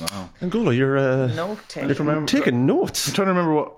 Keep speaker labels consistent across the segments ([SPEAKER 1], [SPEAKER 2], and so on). [SPEAKER 1] Wow.
[SPEAKER 2] Angola, you're uh,
[SPEAKER 3] No
[SPEAKER 2] you're
[SPEAKER 3] taking.
[SPEAKER 2] from- taking notes.
[SPEAKER 1] I'm trying to remember what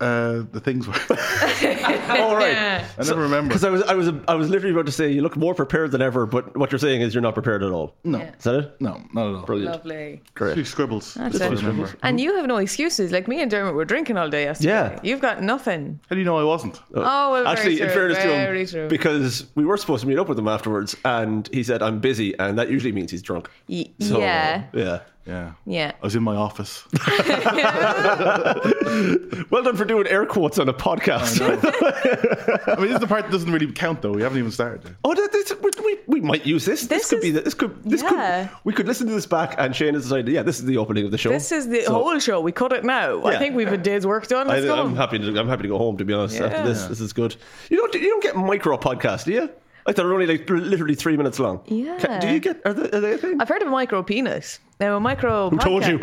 [SPEAKER 1] uh, the things were. I
[SPEAKER 2] All right.
[SPEAKER 1] never remember.
[SPEAKER 2] Because I was, I was, I was literally about to say you look more prepared than ever, but what you're saying is you're not prepared at all.
[SPEAKER 1] no,
[SPEAKER 3] Yeah.
[SPEAKER 2] Is that it?
[SPEAKER 1] no, not at all.
[SPEAKER 2] Brilliant.
[SPEAKER 3] Lovely.
[SPEAKER 1] Two scribbles.
[SPEAKER 3] That's
[SPEAKER 1] That's what I
[SPEAKER 3] it.
[SPEAKER 1] remember.
[SPEAKER 3] And you have no excuses. Like me and Dermot were drinking all day yesterday.
[SPEAKER 2] Yeah.
[SPEAKER 3] You've got nothing.
[SPEAKER 1] How do you know I wasn't?
[SPEAKER 3] Oh, well, very
[SPEAKER 2] Actually, in
[SPEAKER 3] true,
[SPEAKER 2] fairness to
[SPEAKER 3] very
[SPEAKER 2] him,
[SPEAKER 3] true.
[SPEAKER 2] because we were supposed to meet up with him afterwards, and he said I'm busy, and that usually means he's drunk.
[SPEAKER 3] Y-
[SPEAKER 2] So, uh,
[SPEAKER 3] yeah.
[SPEAKER 2] yeah.
[SPEAKER 1] Yeah.
[SPEAKER 3] Yeah.
[SPEAKER 1] I was in my office.
[SPEAKER 2] Well done for doing air quotes on a podcast.
[SPEAKER 1] I mean, this is the part that doesn't really count, though. We haven't even started. yet.
[SPEAKER 2] Oh, that, this, we, we, we might use this. This,
[SPEAKER 3] This
[SPEAKER 2] could
[SPEAKER 3] is-
[SPEAKER 2] be the, this could this
[SPEAKER 3] Yeah.
[SPEAKER 2] could we could listen to this back, and Shane has decided, yeah, this is the opening of the show.
[SPEAKER 3] This is the
[SPEAKER 2] So,
[SPEAKER 3] whole show. We cut it now. I
[SPEAKER 2] Yeah.
[SPEAKER 3] think we've a day's work done.
[SPEAKER 2] I,
[SPEAKER 3] Let's go.
[SPEAKER 2] am happy. To, I'm happy to go home. To be honest, after this,
[SPEAKER 1] Yeah.
[SPEAKER 2] this is good. You don't you don't get micro podcasts, do you? Like they're only like literally three minutes long.
[SPEAKER 3] Yeah.
[SPEAKER 2] Ca- do you get? Are they, are they a thing?
[SPEAKER 3] I've heard of micro penis. Now, a micro.
[SPEAKER 2] Who told you?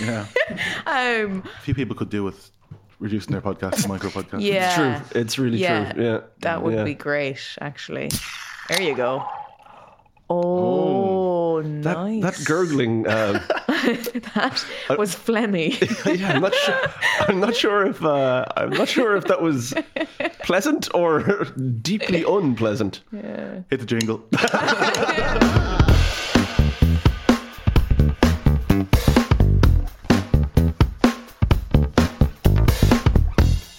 [SPEAKER 1] Yeah.
[SPEAKER 3] um,
[SPEAKER 1] A few people could do with reducing their podcast to micro podcasts.
[SPEAKER 3] yeah.
[SPEAKER 2] It's true. It's really
[SPEAKER 3] Yeah.
[SPEAKER 2] true. Yeah.
[SPEAKER 3] That would
[SPEAKER 2] Yeah.
[SPEAKER 3] be great, actually. There you go. Oh,
[SPEAKER 2] That,
[SPEAKER 3] nice.
[SPEAKER 2] that gurgling. Um, Uh,
[SPEAKER 3] That was phlegmy.
[SPEAKER 2] yeah, I'm not sure. I'm not sure if uh, I'm not sure if that was pleasant or deeply unpleasant.
[SPEAKER 1] Hit the jingle.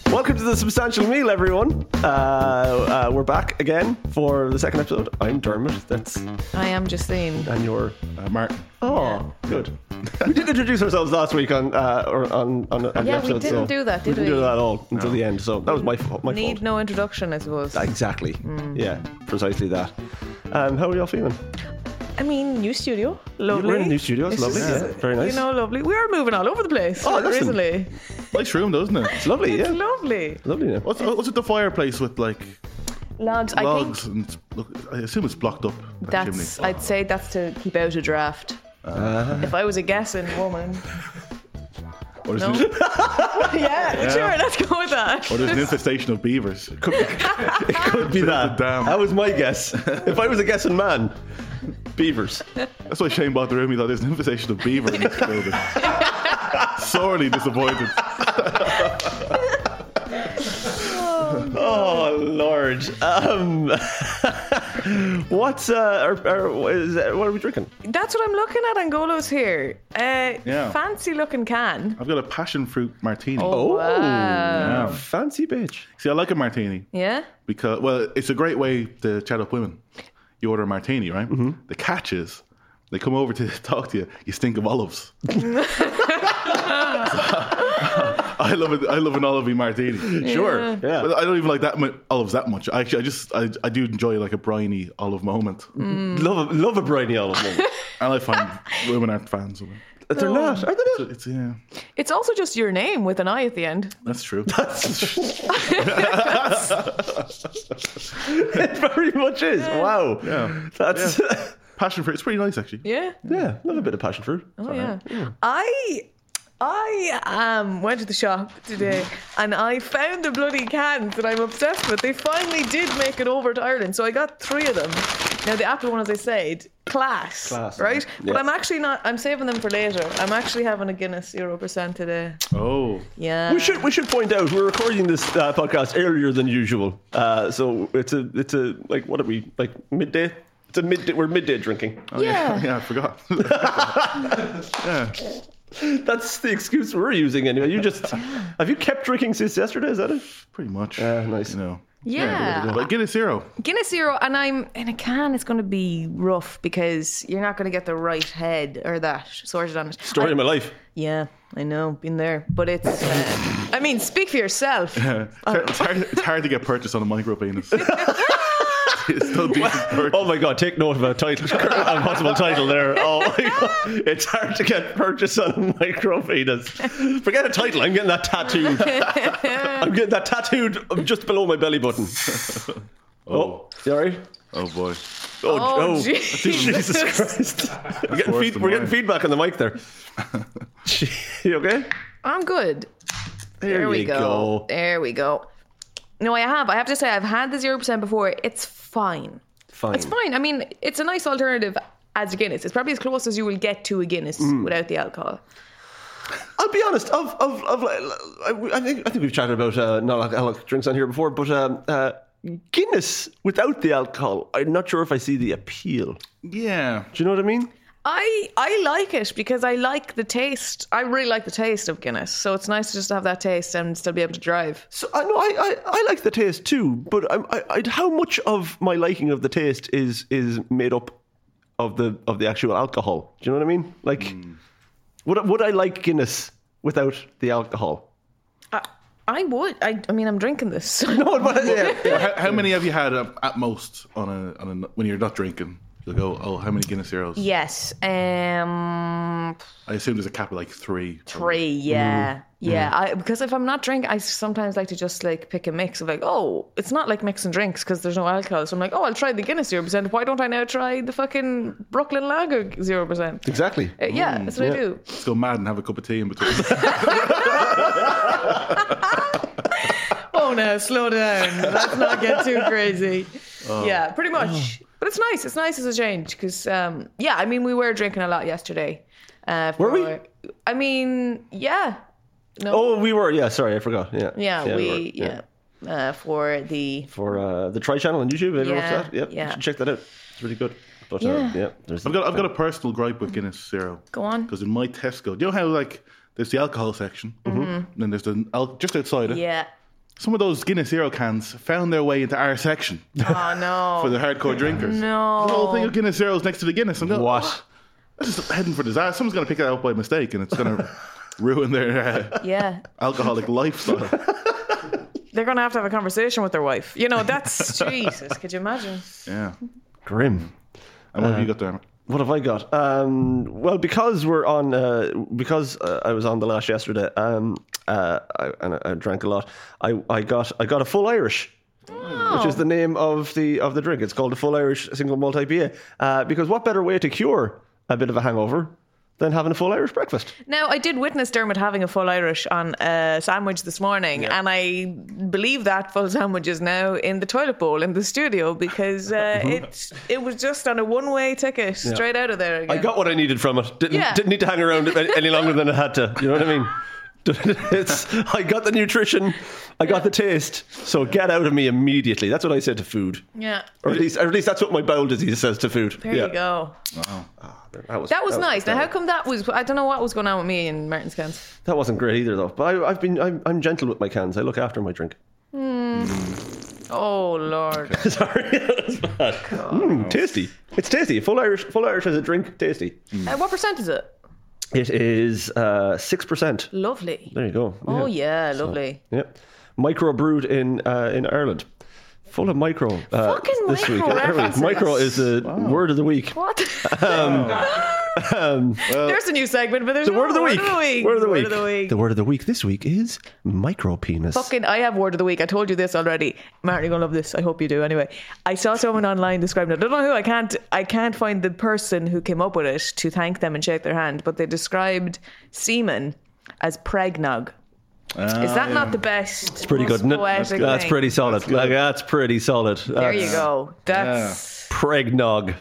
[SPEAKER 2] Welcome to the substantial meal, everyone. Uh, uh, we're back again for the second episode. I'm Dermot. That's and
[SPEAKER 3] I am just saying.
[SPEAKER 2] you're
[SPEAKER 1] Uh, Martin.
[SPEAKER 2] oh good. We did introduce ourselves last week on uh, or on on, on the
[SPEAKER 3] Yeah, we
[SPEAKER 2] episode. so
[SPEAKER 3] didn't do that, did
[SPEAKER 2] we didn't
[SPEAKER 3] we?
[SPEAKER 2] do that at all until the end. So that was my fa- my
[SPEAKER 3] Need
[SPEAKER 2] fault.
[SPEAKER 3] no Hmm. introduction, I suppose. I,
[SPEAKER 2] Exactly. Yeah, precisely that. Um, how are y'all feeling?
[SPEAKER 3] mean, new studio, lovely.
[SPEAKER 2] We're in a new studio. It's
[SPEAKER 3] It's
[SPEAKER 2] lovely.
[SPEAKER 3] just-
[SPEAKER 2] yeah, very nice.
[SPEAKER 3] You know, lovely. We are moving all over the place.
[SPEAKER 2] Oh, listen.
[SPEAKER 3] recently.
[SPEAKER 1] Nice room, doesn't it?
[SPEAKER 2] it's lovely.
[SPEAKER 3] It's
[SPEAKER 2] yeah,
[SPEAKER 3] lovely.
[SPEAKER 2] lovely. Yeah.
[SPEAKER 1] What's, what's with the fireplace with like
[SPEAKER 3] Logs, I think
[SPEAKER 1] logs and it's- look, I assume it's blocked up. That
[SPEAKER 3] that's.
[SPEAKER 1] chimney.
[SPEAKER 3] I'd say that's to keep out a draft.
[SPEAKER 2] Uh-huh.
[SPEAKER 3] If I was a guessing woman,
[SPEAKER 1] Or there's,
[SPEAKER 3] no.
[SPEAKER 1] an,
[SPEAKER 3] yeah, sure, let's go with that.
[SPEAKER 1] or there's an infestation of beavers.
[SPEAKER 2] It could be that.
[SPEAKER 1] Damn.
[SPEAKER 2] That was my guess. If I was a guessing man, beavers.
[SPEAKER 1] That's why Shane bought the room. He thought there's an infestation of beaver in this building. Sorely disappointed.
[SPEAKER 2] Oh Lord. Um, what's uh, are, are, is, that- what are we drinking?
[SPEAKER 3] That's what I'm looking at. Angolo's here. Uh,
[SPEAKER 1] Yeah.
[SPEAKER 3] Fancy looking can.
[SPEAKER 1] I've got a passion fruit martini.
[SPEAKER 3] Oh. wow.
[SPEAKER 1] Yeah.
[SPEAKER 2] Oh, fancy bitch.
[SPEAKER 1] See, I like a martini
[SPEAKER 3] Yeah.
[SPEAKER 1] because, well, it's a great way to chat up women. You order a martini, right?
[SPEAKER 2] Mm-hmm.
[SPEAKER 1] The catch is they come over to talk to you. You stink of olives. I love it. I love an olivey martini.
[SPEAKER 2] Sure. Yeah.
[SPEAKER 1] But I don't even like that mu olives that much. Actually, I just I, I do enjoy like a briny olive moment,
[SPEAKER 2] Love a, love a briny olive. moment.
[SPEAKER 1] and I find women aren't fans of it.
[SPEAKER 2] But They're not. Are they not?
[SPEAKER 1] It's yeah,
[SPEAKER 3] It's also just your name with an I at the end.
[SPEAKER 1] that's true.
[SPEAKER 2] It very much is. Wow.
[SPEAKER 1] Yeah.
[SPEAKER 2] That's yeah.
[SPEAKER 1] Passion fruit. It's pretty nice actually.
[SPEAKER 3] Yeah.
[SPEAKER 2] Love a bit of passion fruit.
[SPEAKER 3] Oh yeah. I I um went to the shop today and I found the bloody cans that I'm obsessed with. They finally did make it over to Ireland, so I got three of them. Now the apple one, as I said, class,
[SPEAKER 2] Class,
[SPEAKER 3] right?
[SPEAKER 2] yeah.
[SPEAKER 3] But I'm actually not. I'm saving them for later. I'm actually having a Guinness zero percent today.
[SPEAKER 1] Oh,
[SPEAKER 3] Yeah.
[SPEAKER 2] We should we should point out we're recording this uh, podcast earlier than usual. Uh, so it's a it's a like what are we like midday? It's a midday. We're midday drinking.
[SPEAKER 3] Oh, Yeah.
[SPEAKER 1] yeah, I forgot. yeah.
[SPEAKER 2] That's the excuse we're using anyway. You just have you kept drinking since yesterday? Is that it?
[SPEAKER 1] Pretty much.
[SPEAKER 2] Uh, nice.
[SPEAKER 1] You know.
[SPEAKER 3] Yeah.
[SPEAKER 1] But Guinness Zero.
[SPEAKER 3] Guinness Zero, and I'm in a can. It's going to be rough because you're not going to get the right head or that sorted on it.
[SPEAKER 2] Story of my life.
[SPEAKER 3] Yeah, I know, been there, but it's. Uh, I mean, speak for yourself.
[SPEAKER 1] It's hard, it's, hard, it's hard to get purchased on a micro penis. it's still decent purchase.
[SPEAKER 2] Oh my god! Take note of a title, a possible title there. Oh my god! It's hard to get purchase on micro penis. Forget a title. I'm getting that tattooed. I'm getting that tattooed just below my belly button. Oh, sorry.
[SPEAKER 1] Oh boy.
[SPEAKER 2] Oh,
[SPEAKER 3] Oh,
[SPEAKER 2] oh,
[SPEAKER 3] Jesus.
[SPEAKER 2] Jesus Christ. we're getting,
[SPEAKER 1] worse
[SPEAKER 2] feed,
[SPEAKER 1] than
[SPEAKER 2] we're getting
[SPEAKER 1] mine.
[SPEAKER 2] feedback on the mic there. you okay?
[SPEAKER 3] I'm good.
[SPEAKER 2] There,
[SPEAKER 3] There, we
[SPEAKER 2] you
[SPEAKER 3] go. There we go. No, I have. I have to say, I've had the zero percent before. It's fine.
[SPEAKER 2] Fine.
[SPEAKER 3] Mm. It's fine. I mean, it's a nice alternative. as a Guinness. It's probably as close as you will get to a Guinness without the alcohol.
[SPEAKER 2] I'll be honest. Of of of, like, I, I think I think we've chatted about uh, non-alcoholic drinks on here before, but um, uh, Guinness without the alcohol, I'm not sure if I see the appeal. Do
[SPEAKER 1] Yeah.
[SPEAKER 2] you know what I mean?
[SPEAKER 3] I I like it because I like the taste. I really like the taste of Guinness. So it's nice to just have that taste and still be able to drive.
[SPEAKER 2] So I know I, I, I like the taste too, but I'm, I, I how much of my liking of the taste is is made up of the of the actual alcohol? Do you know what I mean? Like,
[SPEAKER 3] Hmm.
[SPEAKER 2] would I- would I like Guinness without the alcohol?
[SPEAKER 3] I, I would. I, I mean, I'm drinking this. so-
[SPEAKER 2] No, but yeah.
[SPEAKER 1] How, how many have you had uh, at most on a, on a when you're not drinking? You'll go, oh, how many Guinness Zeros?
[SPEAKER 3] Yes. Um.
[SPEAKER 1] I assume there's a cap of like three.
[SPEAKER 3] Three. Yeah. Yeah. I, because if I'm not drinking, I sometimes like to just like pick a mix of like, oh, it's not like mixing drinks because there's no alcohol. So I'm like, oh, I'll try the Guinness zero percent. Why don't I now try the fucking Brooklyn Lager zero percent?
[SPEAKER 2] exactly.
[SPEAKER 3] Mm, Yeah, that's what I do.
[SPEAKER 1] Let's go mad and have a cup of tea in between.
[SPEAKER 3] oh no, slow down. Let's not get too crazy. yeah, pretty much. But it's nice. It's nice as a change because, um, yeah, I mean, we were drinking a lot yesterday. Uh,
[SPEAKER 2] Were we?
[SPEAKER 3] for- I mean, yeah. No.
[SPEAKER 2] Oh, we were. Yeah, sorry, I forgot. Yeah,
[SPEAKER 3] yeah,
[SPEAKER 2] we
[SPEAKER 3] we,
[SPEAKER 2] were,
[SPEAKER 3] yeah. Uh, for the.
[SPEAKER 2] for uh, the Tri Channel on YouTube. Have you
[SPEAKER 3] Yeah,
[SPEAKER 2] watched that? Yep,
[SPEAKER 3] yeah.
[SPEAKER 2] you should check that out. It's really good. But
[SPEAKER 3] Yeah.
[SPEAKER 2] uh, yeah there's
[SPEAKER 1] I've got I've got a personal gripe with Guinness Zero.
[SPEAKER 3] Go on.
[SPEAKER 1] Because in my Tesco, do you know how like there's the alcohol section, and then there's the al- just outside it.
[SPEAKER 3] Mm-hmm. Yeah.
[SPEAKER 1] Some of those Guinness Zero cans found their way into our section
[SPEAKER 3] Oh no.
[SPEAKER 1] for the hardcore drinkers. The whole thing
[SPEAKER 3] no.
[SPEAKER 1] of Guinness Zeros next to the Guinness. I'm going,
[SPEAKER 2] what?
[SPEAKER 1] This is heading for disaster. Someone's going to pick it up by mistake, and it's going to ruin their uh,
[SPEAKER 3] Yeah.
[SPEAKER 1] alcoholic lifestyle.
[SPEAKER 3] They're going to have to have a conversation with their wife. You know, that's. Jesus, could you imagine?
[SPEAKER 1] Yeah.
[SPEAKER 2] Grim.
[SPEAKER 1] And what have you got there?
[SPEAKER 3] Uh-huh.
[SPEAKER 2] What have I got? Um, well, because we're on, uh, because uh, I was on the lash yesterday, um, uh, I, and I, I drank a lot. I, I got I got a full Irish, which
[SPEAKER 3] Oh.
[SPEAKER 2] is the name of the of the drink. It's called a full Irish single malt IPA. Uh, because what better way to cure a bit of a hangover than having a full Irish breakfast?
[SPEAKER 3] Now, I did witness Dermot having a full Irish on a sandwich this morning, and I believe that full sandwich is now in the toilet bowl in the studio because uh,
[SPEAKER 2] Uh-huh.
[SPEAKER 3] it it was just on a one way ticket straight out of there. Again.
[SPEAKER 2] I got what I needed from it. Didn't
[SPEAKER 3] Yeah.
[SPEAKER 2] didn't need to hang around it any longer than I had to. You know what I mean? it's I got the nutrition, I got the taste. So get out of me immediately. That's what I said to food,
[SPEAKER 3] yeah.
[SPEAKER 2] or at least, or at least that's what my bowel disease says to food.
[SPEAKER 3] There you go.
[SPEAKER 2] That was
[SPEAKER 3] That was nice. Now, how
[SPEAKER 2] terrible.
[SPEAKER 3] come that was? I don't know what was going on with me in Martin's cans.
[SPEAKER 2] that wasn't great either, though. But I, I've been I'm, I'm gentle with my cans. I look after my drink.
[SPEAKER 3] Oh Lord.
[SPEAKER 2] Sorry, that's bad. Mm, tasty. It's tasty. Full Irish. Full Irish as a drink. Tasty.
[SPEAKER 3] Uh, what percent is it?
[SPEAKER 2] It is uh, six percent.
[SPEAKER 3] Lovely.
[SPEAKER 2] There you go.
[SPEAKER 3] Oh yeah, lovely.
[SPEAKER 2] Yep. Micro brewed in uh, in Ireland. Full of micro. Uh,
[SPEAKER 3] Fucking
[SPEAKER 2] this
[SPEAKER 3] micro
[SPEAKER 2] week. Every week.
[SPEAKER 3] references.
[SPEAKER 2] Micro is the word of the week.
[SPEAKER 3] What? there's a new segment, but there's
[SPEAKER 2] The
[SPEAKER 3] no
[SPEAKER 2] word of the week.
[SPEAKER 3] Word of the week.
[SPEAKER 2] Word of the week. The word of the week this week is micro penis.
[SPEAKER 3] Fucking, I have word of the week. I told you this already. Martin, you're gonna love this. I hope you do. Anyway, I saw someone online describing it. I don't know who. I can't. I can't find the person who came up with it to thank them and shake their hand. But they described semen as pregnog. Is that not the best? It's
[SPEAKER 2] Ah, Pretty good, isn't it? That's, pretty solid. That's, like, that's pretty solid.
[SPEAKER 3] There
[SPEAKER 2] that's
[SPEAKER 3] you go. That's
[SPEAKER 2] Pregnog.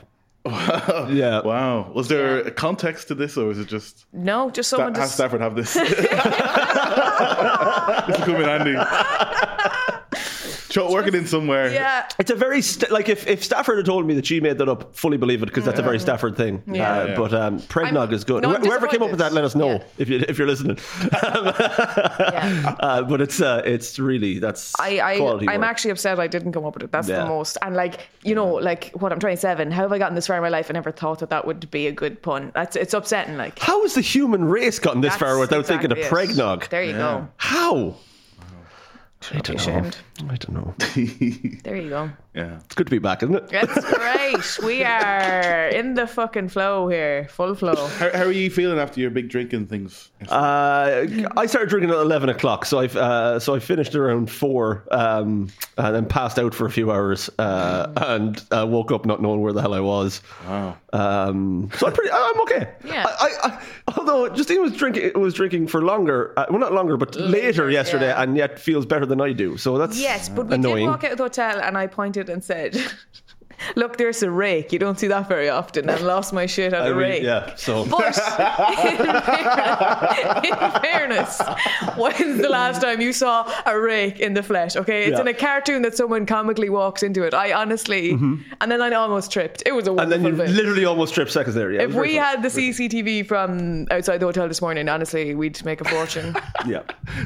[SPEAKER 2] yeah.
[SPEAKER 1] Wow. Was there a context to this, or was it just
[SPEAKER 3] no. Just
[SPEAKER 1] that,
[SPEAKER 3] someone
[SPEAKER 1] have
[SPEAKER 3] just
[SPEAKER 1] Stafford have this? this will come in handy. Cho- working in somewhere.
[SPEAKER 3] yeah.
[SPEAKER 2] It's a very st- like if, if Stafford had told me that she made that up, fully believe it because that's a very Stafford thing.
[SPEAKER 3] Mm. Yeah.
[SPEAKER 2] Uh,
[SPEAKER 1] Yeah.
[SPEAKER 2] But um, pregnog
[SPEAKER 3] I'm-
[SPEAKER 2] is good.
[SPEAKER 3] no,
[SPEAKER 2] Wh-
[SPEAKER 3] I'm
[SPEAKER 2] Whoever came up
[SPEAKER 3] disappointed.
[SPEAKER 2] with that, let us know
[SPEAKER 3] Yeah.
[SPEAKER 2] if you if you're listening.
[SPEAKER 3] yeah.
[SPEAKER 2] uh, but it's uh, it's really that's
[SPEAKER 3] I, I
[SPEAKER 2] quality
[SPEAKER 3] I'm
[SPEAKER 2] work.
[SPEAKER 3] actually upset I didn't come up with it. That's
[SPEAKER 2] Yeah.
[SPEAKER 3] the most. And like you know, like what I'm 27. How have I gotten this far in my life? I never thought that that would be a good pun. That's it's upsetting. Like
[SPEAKER 2] How has the human race gotten this
[SPEAKER 3] that's
[SPEAKER 2] far without thinking of
[SPEAKER 3] exactly it.
[SPEAKER 2] pregnog?
[SPEAKER 3] There you go.
[SPEAKER 2] How? I
[SPEAKER 3] be
[SPEAKER 2] don't know.
[SPEAKER 3] ashamed.
[SPEAKER 2] I don't know.
[SPEAKER 3] There you go.
[SPEAKER 1] yeah.
[SPEAKER 2] It's good to be back, isn't it?
[SPEAKER 3] That's great. we are in the fucking flow here, full flow.
[SPEAKER 1] How, how are you feeling after your big drinking things?
[SPEAKER 2] Uh, I started drinking at eleven o'clock, so I've uh, so I finished around four, um, and then passed out for a few hours, uh, and uh, woke up not knowing where the hell I was.
[SPEAKER 1] Wow.
[SPEAKER 2] Um, so I'm pretty, I'm okay.
[SPEAKER 3] Yeah.
[SPEAKER 2] I, I, I, although Justine was drinking, was drinking for longer. Uh, well, not longer, but later, yesterday,
[SPEAKER 3] yeah.
[SPEAKER 2] and yet feels better than I do. So that's
[SPEAKER 3] Yes, but we
[SPEAKER 2] annoying.
[SPEAKER 3] did walk out of the hotel, and I pointed and said, Look, there's a rake. You don't see that very often. And lost my shit at
[SPEAKER 2] I
[SPEAKER 3] a
[SPEAKER 2] mean,
[SPEAKER 3] rake.
[SPEAKER 2] yeah, so
[SPEAKER 3] But in fairness, in fairness, when's the last time you saw a rake in the flesh? Okay, it's
[SPEAKER 2] Yeah.
[SPEAKER 3] in a cartoon that someone comically walks into it. I honestly, and then I almost tripped. It was a
[SPEAKER 2] Mm-hmm. and then
[SPEAKER 3] wonderful
[SPEAKER 2] you
[SPEAKER 3] bit.
[SPEAKER 2] literally almost tripped seconds there. Yeah, it
[SPEAKER 3] if
[SPEAKER 2] was very
[SPEAKER 3] we
[SPEAKER 2] fun.
[SPEAKER 3] had the CCTV from outside the hotel this morning, honestly, we'd make a fortune.
[SPEAKER 2] yeah,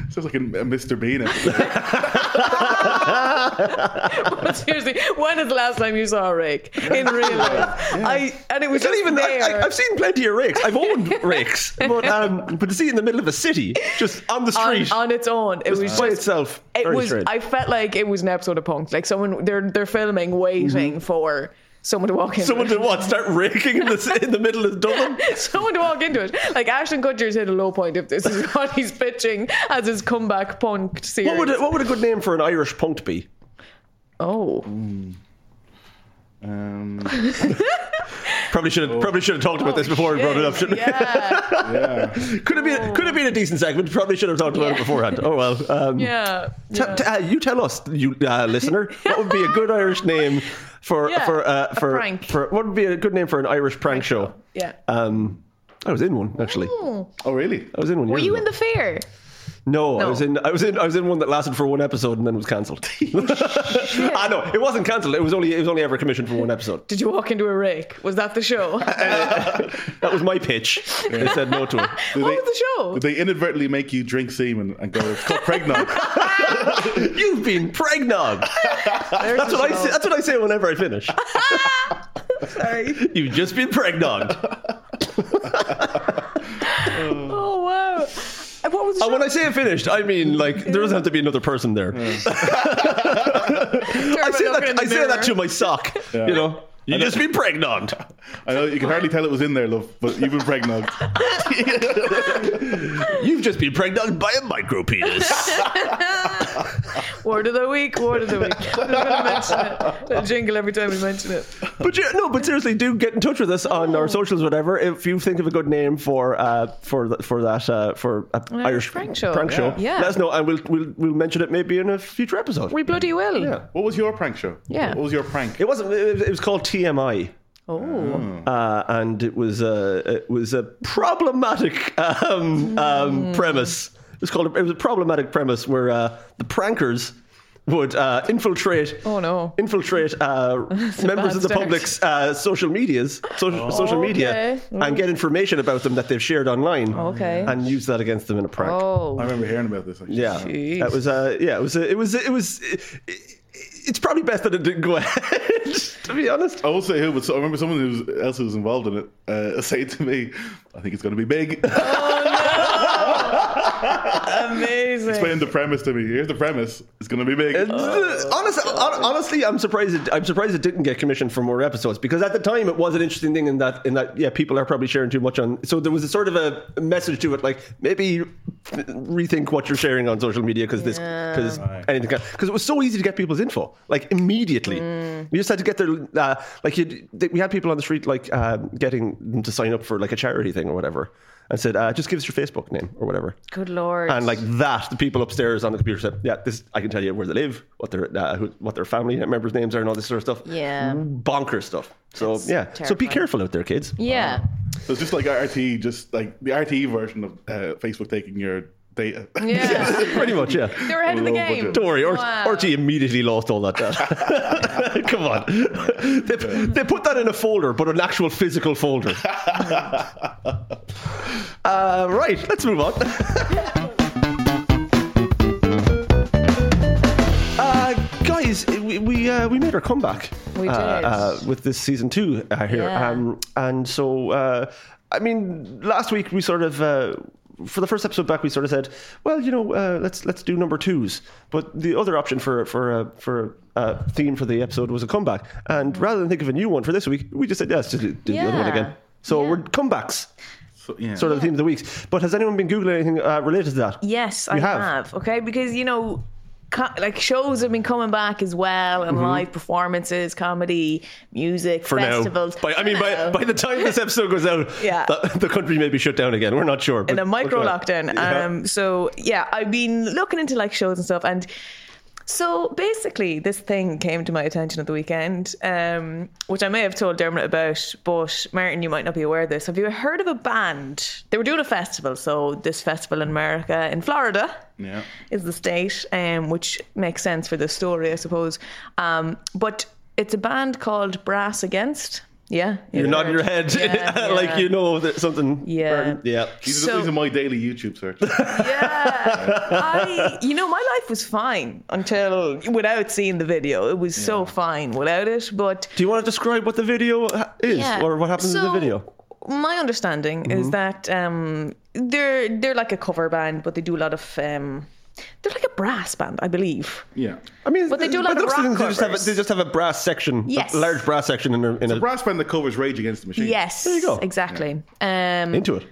[SPEAKER 1] Sounds like a, a Mr. Bean. episode.
[SPEAKER 3] But seriously, when is the last time you saw a rake in real life? I and it was
[SPEAKER 2] It's not
[SPEAKER 3] just
[SPEAKER 2] even. I,
[SPEAKER 3] there.
[SPEAKER 2] I, I've seen plenty of rakes. I've owned rakes, but um, but to see in the middle of a city, just on the
[SPEAKER 3] on,
[SPEAKER 2] street,
[SPEAKER 3] on its own, it was
[SPEAKER 2] by
[SPEAKER 3] just
[SPEAKER 2] itself,
[SPEAKER 3] it
[SPEAKER 2] very
[SPEAKER 3] was
[SPEAKER 2] strange.
[SPEAKER 3] I felt like it was an episode of Punk. Like someone they're they're filming waiting for someone to walk in.
[SPEAKER 2] Mm-hmm. Someone did what? Start raking in the in the middle of Dublin?
[SPEAKER 3] Someone to walk into it. Like Ashton Kutcher's hit a low point if this is what he's pitching as his comeback punk series.
[SPEAKER 2] What would a, what would a good name for an Irish punk be?
[SPEAKER 3] oh.
[SPEAKER 1] um,
[SPEAKER 2] Probably should have probably should have talked about this before we brought it up. Shouldn't we?
[SPEAKER 3] Oh, Yeah.
[SPEAKER 1] yeah.
[SPEAKER 2] could have been could have been a decent segment. Probably should have talked about it
[SPEAKER 3] Yeah.
[SPEAKER 2] beforehand. Oh well. Um,
[SPEAKER 3] Yeah.
[SPEAKER 2] T-
[SPEAKER 3] yeah.
[SPEAKER 2] t- uh, you tell us, you uh, listener, what would be a good Irish name for
[SPEAKER 3] Yeah,
[SPEAKER 2] for uh,
[SPEAKER 3] a
[SPEAKER 2] for
[SPEAKER 3] prank.
[SPEAKER 2] for what would be a good name for an Irish prank show?
[SPEAKER 3] Yeah.
[SPEAKER 2] Um, I was in one actually.
[SPEAKER 1] Oh, really?
[SPEAKER 2] I was in one.
[SPEAKER 3] Were you in the fair?
[SPEAKER 2] No, I
[SPEAKER 3] No.
[SPEAKER 2] was in. I was in. I was in one that lasted for one episode and then was cancelled. ah, no, it wasn't cancelled. It was only. It was only ever commissioned for one episode.
[SPEAKER 3] Did you walk into a rake? Was that the show? what
[SPEAKER 2] That was my pitch. They said no to it.
[SPEAKER 3] was the show?
[SPEAKER 1] Did they inadvertently make you drink semen and go, it's called pregnant?
[SPEAKER 2] You've been pregnog.
[SPEAKER 3] There's
[SPEAKER 2] That's
[SPEAKER 3] the
[SPEAKER 2] what I
[SPEAKER 3] show.
[SPEAKER 2] say. That's what I say whenever I finish.
[SPEAKER 3] Sorry.
[SPEAKER 2] You've just been pregnog.
[SPEAKER 3] Oh wow. And What was the
[SPEAKER 2] And
[SPEAKER 3] show?
[SPEAKER 2] Uh, when I say I finished, I mean like there doesn't have to be another person there. I say that. I say that to my sock.
[SPEAKER 1] Yeah.
[SPEAKER 2] You know, you just been pregnant.
[SPEAKER 1] I know you can hardly tell it was in there, love, but you've been pregnant.
[SPEAKER 2] You've just been pregnant by a micro penis.
[SPEAKER 3] Word of the week, word of the week. I'm going to mention it. That jingle every time we mention it.
[SPEAKER 2] but you, no, but seriously, do get in touch with us on
[SPEAKER 3] Oh.
[SPEAKER 2] our socials, whatever. If you think of a good name for uh, for th- for that uh, for a
[SPEAKER 3] Irish
[SPEAKER 2] Irish
[SPEAKER 3] prank show.
[SPEAKER 2] prank show,
[SPEAKER 3] Yeah.
[SPEAKER 2] let us know, and we'll we'll we'll mention it maybe in a future episode.
[SPEAKER 3] We bloody will.
[SPEAKER 2] yeah.
[SPEAKER 1] What was your prank show?
[SPEAKER 3] Yeah.
[SPEAKER 1] What was your prank?
[SPEAKER 2] It wasn't. It was- it was called TMI.
[SPEAKER 3] Oh.
[SPEAKER 2] uh, and it was a it was a problematic um,
[SPEAKER 3] Hmm.
[SPEAKER 2] um, premise. It was called a, it was a problematic premise where uh, the prankers would uh, infiltrate.
[SPEAKER 3] Oh, no.
[SPEAKER 2] Infiltrate uh,
[SPEAKER 3] a
[SPEAKER 2] members
[SPEAKER 3] bad
[SPEAKER 2] of the
[SPEAKER 3] start. Oh.
[SPEAKER 2] public's uh, social medias, social, social media,
[SPEAKER 3] Okay. Hmm.
[SPEAKER 2] and get information about them that they've shared online,
[SPEAKER 3] Okay.
[SPEAKER 2] and use that against them in a prank.
[SPEAKER 1] I
[SPEAKER 3] Oh.
[SPEAKER 1] remember hearing about this. Actually.
[SPEAKER 2] Yeah,
[SPEAKER 3] Jeez.
[SPEAKER 2] that was uh, yeah, it was a, it was it was. it's probably best that it didn't go ahead. to be honest.
[SPEAKER 1] I will say who, but so, I remember someone who was, else who was involved in it uh, saying to me, I think it's going to be big.
[SPEAKER 3] Amazing.
[SPEAKER 1] Explain the premise to me. Here's the premise. It's going to be big.
[SPEAKER 2] honestly, honestly, I'm surprised. It, I'm surprised it didn't get commissioned for more episodes because at the time it was an interesting thing in that in that yeah, people are probably sharing too much on. So there was a sort of a message to it, like maybe rethink what you're sharing on social media because this
[SPEAKER 3] Yeah.
[SPEAKER 2] because
[SPEAKER 1] Right.
[SPEAKER 2] anything because it was so easy to get people's info like immediately. You just had to get their uh, like you. We had people on the street like uh, getting them to sign up for like a charity thing or whatever, and said uh, just give us your Facebook name or whatever.
[SPEAKER 3] Good lord.
[SPEAKER 2] And like that, the people upstairs on the computer said, "Yeah, this I can tell you where they live, what their uh, who, what their family members' names are, and all this sort of stuff."
[SPEAKER 3] Yeah.
[SPEAKER 2] bonkers stuff. So
[SPEAKER 3] That's
[SPEAKER 2] yeah, so be
[SPEAKER 3] terrifying.
[SPEAKER 2] careful out there, kids.
[SPEAKER 3] yeah.
[SPEAKER 1] So it's just like RT, just like the RT version of uh, Facebook taking your data.
[SPEAKER 3] Yeah.
[SPEAKER 2] Pretty much, yeah.
[SPEAKER 3] They were ahead of the
[SPEAKER 1] Low budget.
[SPEAKER 3] game.
[SPEAKER 2] Don't worry, Or
[SPEAKER 3] Wow.
[SPEAKER 2] RT immediately lost all that data. Come on, they, they put that in a folder, but an actual physical folder. uh, right, let's move on. Uh, Guys, we we, uh, we made our comeback.
[SPEAKER 3] We
[SPEAKER 2] uh,
[SPEAKER 3] did.
[SPEAKER 2] uh, with this season two uh, here,
[SPEAKER 3] Yeah.
[SPEAKER 2] um, and so uh, I mean, last week we sort of. Uh, for the first episode back, we sort of said, "Well, you know, uh, let's let's do number twos." But the other option for for uh, for uh, theme for the episode was a comeback, and rather than think of a new one for this week, we just said, "Yeah, let's just do, do the other one
[SPEAKER 3] Mm. Yeah.
[SPEAKER 2] again." So
[SPEAKER 3] Yeah.
[SPEAKER 2] we're comebacks,
[SPEAKER 1] So, yeah.
[SPEAKER 2] sort of the theme of the weeks. But has anyone been googling anything uh, related to that?
[SPEAKER 3] Yes, I
[SPEAKER 2] You have.
[SPEAKER 3] have. Okay, because you know, co- like shows have been coming back as well, and live performances, comedy, music,
[SPEAKER 2] Mm-hmm. for
[SPEAKER 3] festivals.
[SPEAKER 2] now. By, I mean,
[SPEAKER 3] For now.
[SPEAKER 2] by, by the time this episode goes out,
[SPEAKER 3] Yeah.
[SPEAKER 2] the, the country may be shut down again. We're not sure.
[SPEAKER 3] in a micro lockdown.
[SPEAKER 2] Yeah.
[SPEAKER 3] Um, so yeah, I've been looking into like shows and stuff, and So basically, this thing came to my attention at the weekend, um, which I may have told Dermot about, but Martin, you might not be aware of this. Have you heard of a band? They were doing a festival, so this festival in America, in Florida,
[SPEAKER 1] Yeah.
[SPEAKER 3] is the state, um, which makes sense for this story, I suppose. Um, but it's a band called Brass Against. Yeah,
[SPEAKER 2] You're nodding your head
[SPEAKER 3] Yeah, yeah.
[SPEAKER 2] like you know that something.
[SPEAKER 3] Yeah.
[SPEAKER 2] burnt. Yeah.
[SPEAKER 1] These,
[SPEAKER 3] So-
[SPEAKER 1] are, these are my daily YouTube search.
[SPEAKER 3] Yeah. I, you know, my life was fine until without seeing the video. It was so fine without it. But
[SPEAKER 2] Do you want to describe what the video ha- is
[SPEAKER 3] Yeah.
[SPEAKER 2] or what happens in the
[SPEAKER 3] So-
[SPEAKER 2] video? Mm-hmm.
[SPEAKER 3] my understanding is that um, they're they're like a cover band, but they do a lot of um, they're like a brass band, I believe.
[SPEAKER 1] yeah.
[SPEAKER 2] I mean,
[SPEAKER 3] But they do a lot
[SPEAKER 2] by
[SPEAKER 3] of
[SPEAKER 2] the looks things,
[SPEAKER 3] rock
[SPEAKER 2] they just have a,
[SPEAKER 3] covers.
[SPEAKER 2] they just have a brass section,
[SPEAKER 3] Yes.
[SPEAKER 2] a large brass section in a, in a
[SPEAKER 1] Brass band that covers Rage Against the Machine.
[SPEAKER 3] Yes,
[SPEAKER 2] There you go.
[SPEAKER 3] exactly. Um,
[SPEAKER 2] into it.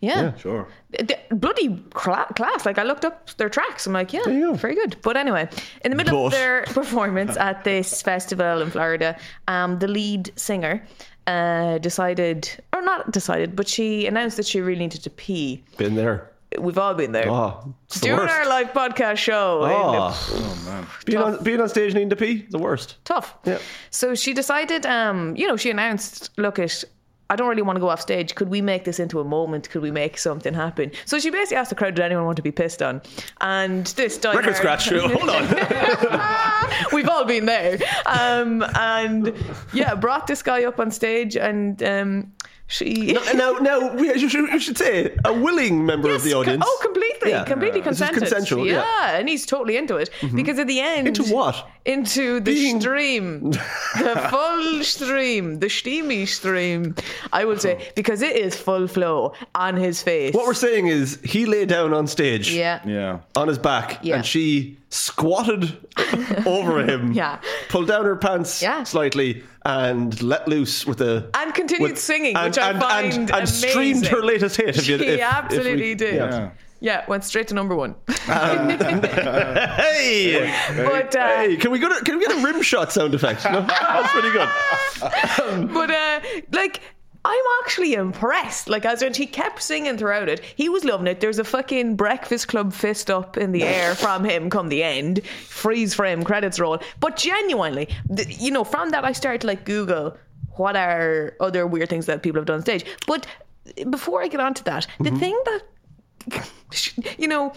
[SPEAKER 3] yeah.
[SPEAKER 1] Sure.
[SPEAKER 3] Th- bloody cla- class. Like I looked up their tracks. I'm like, yeah,
[SPEAKER 2] you go.
[SPEAKER 3] very good. But anyway, in the middle of
[SPEAKER 2] But.
[SPEAKER 3] their performance at this festival in Florida, um, the lead singer uh, decided, or not decided, but she announced that she really needed to pee.
[SPEAKER 2] Been there.
[SPEAKER 3] We've all been there.
[SPEAKER 2] Oh, it's the
[SPEAKER 3] During
[SPEAKER 2] worst.
[SPEAKER 3] our live podcast show, in the
[SPEAKER 2] oh,
[SPEAKER 1] Oh, man.
[SPEAKER 2] being on being on stage needing to pee, the worst.
[SPEAKER 3] tough.
[SPEAKER 2] Yeah.
[SPEAKER 3] So she decided, um, you know, she announced, look at, I don't really want to go off stage. Could we make this into a moment? Could we make something happen? So she basically asked the crowd, did anyone want to be pissed on? And this diehard-
[SPEAKER 2] Record scratch. Hold on.
[SPEAKER 3] We've all been there. Um, and yeah, brought this guy up on stage and um, she.
[SPEAKER 2] now, now we you should, you should say a willing member of
[SPEAKER 3] Yes,
[SPEAKER 2] the
[SPEAKER 3] co-
[SPEAKER 2] audience.
[SPEAKER 3] Oh, completely,
[SPEAKER 2] Yeah.
[SPEAKER 3] completely
[SPEAKER 2] This is
[SPEAKER 3] consented.
[SPEAKER 2] consensual, yeah. Mm-hmm.
[SPEAKER 3] and he's totally into it because at the end,
[SPEAKER 2] Into what?
[SPEAKER 3] Into the
[SPEAKER 2] Being-
[SPEAKER 3] stream, the full stream, the steamy stream. I would say because it is full flow on his face.
[SPEAKER 2] Oh. What we're saying is he lay down on stage.
[SPEAKER 3] yeah.
[SPEAKER 1] Yeah.
[SPEAKER 2] on his back
[SPEAKER 3] Yeah.
[SPEAKER 2] and she squatted over him
[SPEAKER 3] Yeah.
[SPEAKER 2] pulled down her pants
[SPEAKER 3] Yeah.
[SPEAKER 2] slightly and let loose with a
[SPEAKER 3] And continued
[SPEAKER 2] with-
[SPEAKER 3] singing,
[SPEAKER 2] and,
[SPEAKER 3] which I
[SPEAKER 2] and,
[SPEAKER 3] find
[SPEAKER 2] and, and streamed
[SPEAKER 3] amazing.
[SPEAKER 2] her latest hit if you
[SPEAKER 3] She
[SPEAKER 2] if- if we-
[SPEAKER 3] absolutely did.
[SPEAKER 1] Yeah.
[SPEAKER 3] Yeah, went straight to number one.
[SPEAKER 2] Ah. hey
[SPEAKER 3] but uh,
[SPEAKER 2] hey can we get a, can we get a rim shot sound effect no? that's pretty good Um,
[SPEAKER 3] but uh, like I'm actually impressed. Like as in, he kept singing throughout it. He was loving it. There's a fucking Breakfast Club fist up in the air from him. Come the end, freeze frame credits roll. But genuinely, th- you know, from that I started to, like Google what are other weird things that people have done on stage. But before I get on to that,
[SPEAKER 2] Mm-hmm.
[SPEAKER 3] the thing that you know.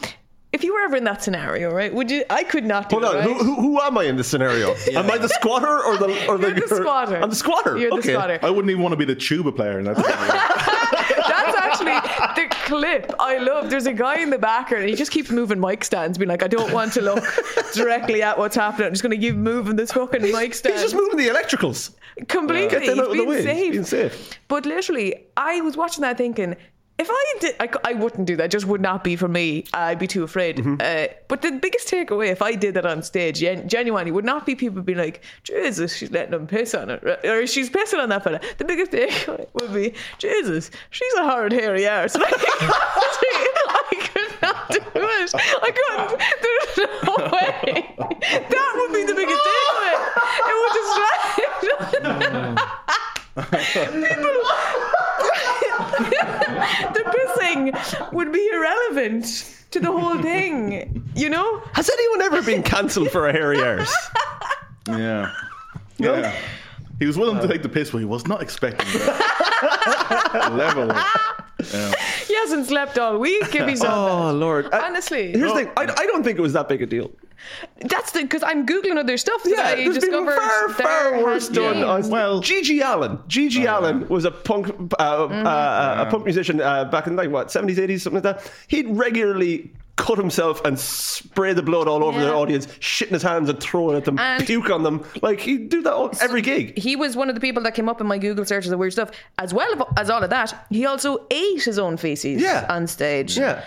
[SPEAKER 3] If you were ever in that scenario, right? Would you? I could not do
[SPEAKER 2] hold
[SPEAKER 3] it.
[SPEAKER 2] on
[SPEAKER 3] right?
[SPEAKER 2] who, who, who am I in this scenario am I the squatter or the or
[SPEAKER 3] You're the
[SPEAKER 2] or-
[SPEAKER 3] squatter.
[SPEAKER 2] I'm the squatter
[SPEAKER 3] You're the
[SPEAKER 2] okay.
[SPEAKER 3] squatter.
[SPEAKER 1] I wouldn't even want to be the tuba player in that.
[SPEAKER 3] That's actually the clip I love. There's a guy in the background and he just keeps moving mic stands, being like, I don't want to look directly at what's happening. I'm just going to keep moving this fucking mic stand.
[SPEAKER 2] he's just moving the electricals
[SPEAKER 3] Completely.
[SPEAKER 2] get them
[SPEAKER 3] He's
[SPEAKER 2] out of the
[SPEAKER 3] been
[SPEAKER 2] way
[SPEAKER 3] safe.
[SPEAKER 2] he's being safe
[SPEAKER 3] But literally, I was watching that thinking, if I did, I, cou- I wouldn't do that. It just would not be for me. I'd be too afraid. Uh, but the biggest takeaway, if I did that on stage, gen- genuinely, would not be people being like, Jesus, she's letting them piss on it. right? Or she's pissing on that fella. The biggest takeaway would be, Jesus, she's a hard, hairy arse. Like, I could not do it. I couldn't. There's no way. That would be the biggest takeaway. It would distract. the pissing would be irrelevant to the whole thing, you know?
[SPEAKER 2] has anyone ever been cancelled for a hairy arse
[SPEAKER 1] yeah. Yeah. Yeah. He was willing to take the piss, but he was not expecting that level. of- Yeah.
[SPEAKER 3] He hasn't slept all week if he's on.
[SPEAKER 2] Oh Lord! I-
[SPEAKER 3] Honestly.
[SPEAKER 2] here's the thing. I, I don't think it was that big a deal.
[SPEAKER 3] That's the because I'm googling other stuff that I
[SPEAKER 2] there's been
[SPEAKER 3] discovered.
[SPEAKER 2] far,
[SPEAKER 3] there
[SPEAKER 2] far worse
[SPEAKER 3] has
[SPEAKER 2] done.
[SPEAKER 3] been.
[SPEAKER 2] on-
[SPEAKER 1] Well-
[SPEAKER 2] Gigi Allen. Gigi Allen was a punk, uh,
[SPEAKER 3] Mm-hmm.
[SPEAKER 2] uh, a punk musician uh, back in like what seventies, eighties, something like that. He'd regularly cut himself and spray the blood all over
[SPEAKER 3] Yeah.
[SPEAKER 2] the audience, shit in his hands and throwing at them,
[SPEAKER 3] And-
[SPEAKER 2] puke on them. Like he'd do that all, every gig.
[SPEAKER 3] He was one of the people that came up in my Google searches of weird stuff. As well as all of that, he also ate his own feces
[SPEAKER 2] Yeah.
[SPEAKER 3] on stage.
[SPEAKER 2] Yeah,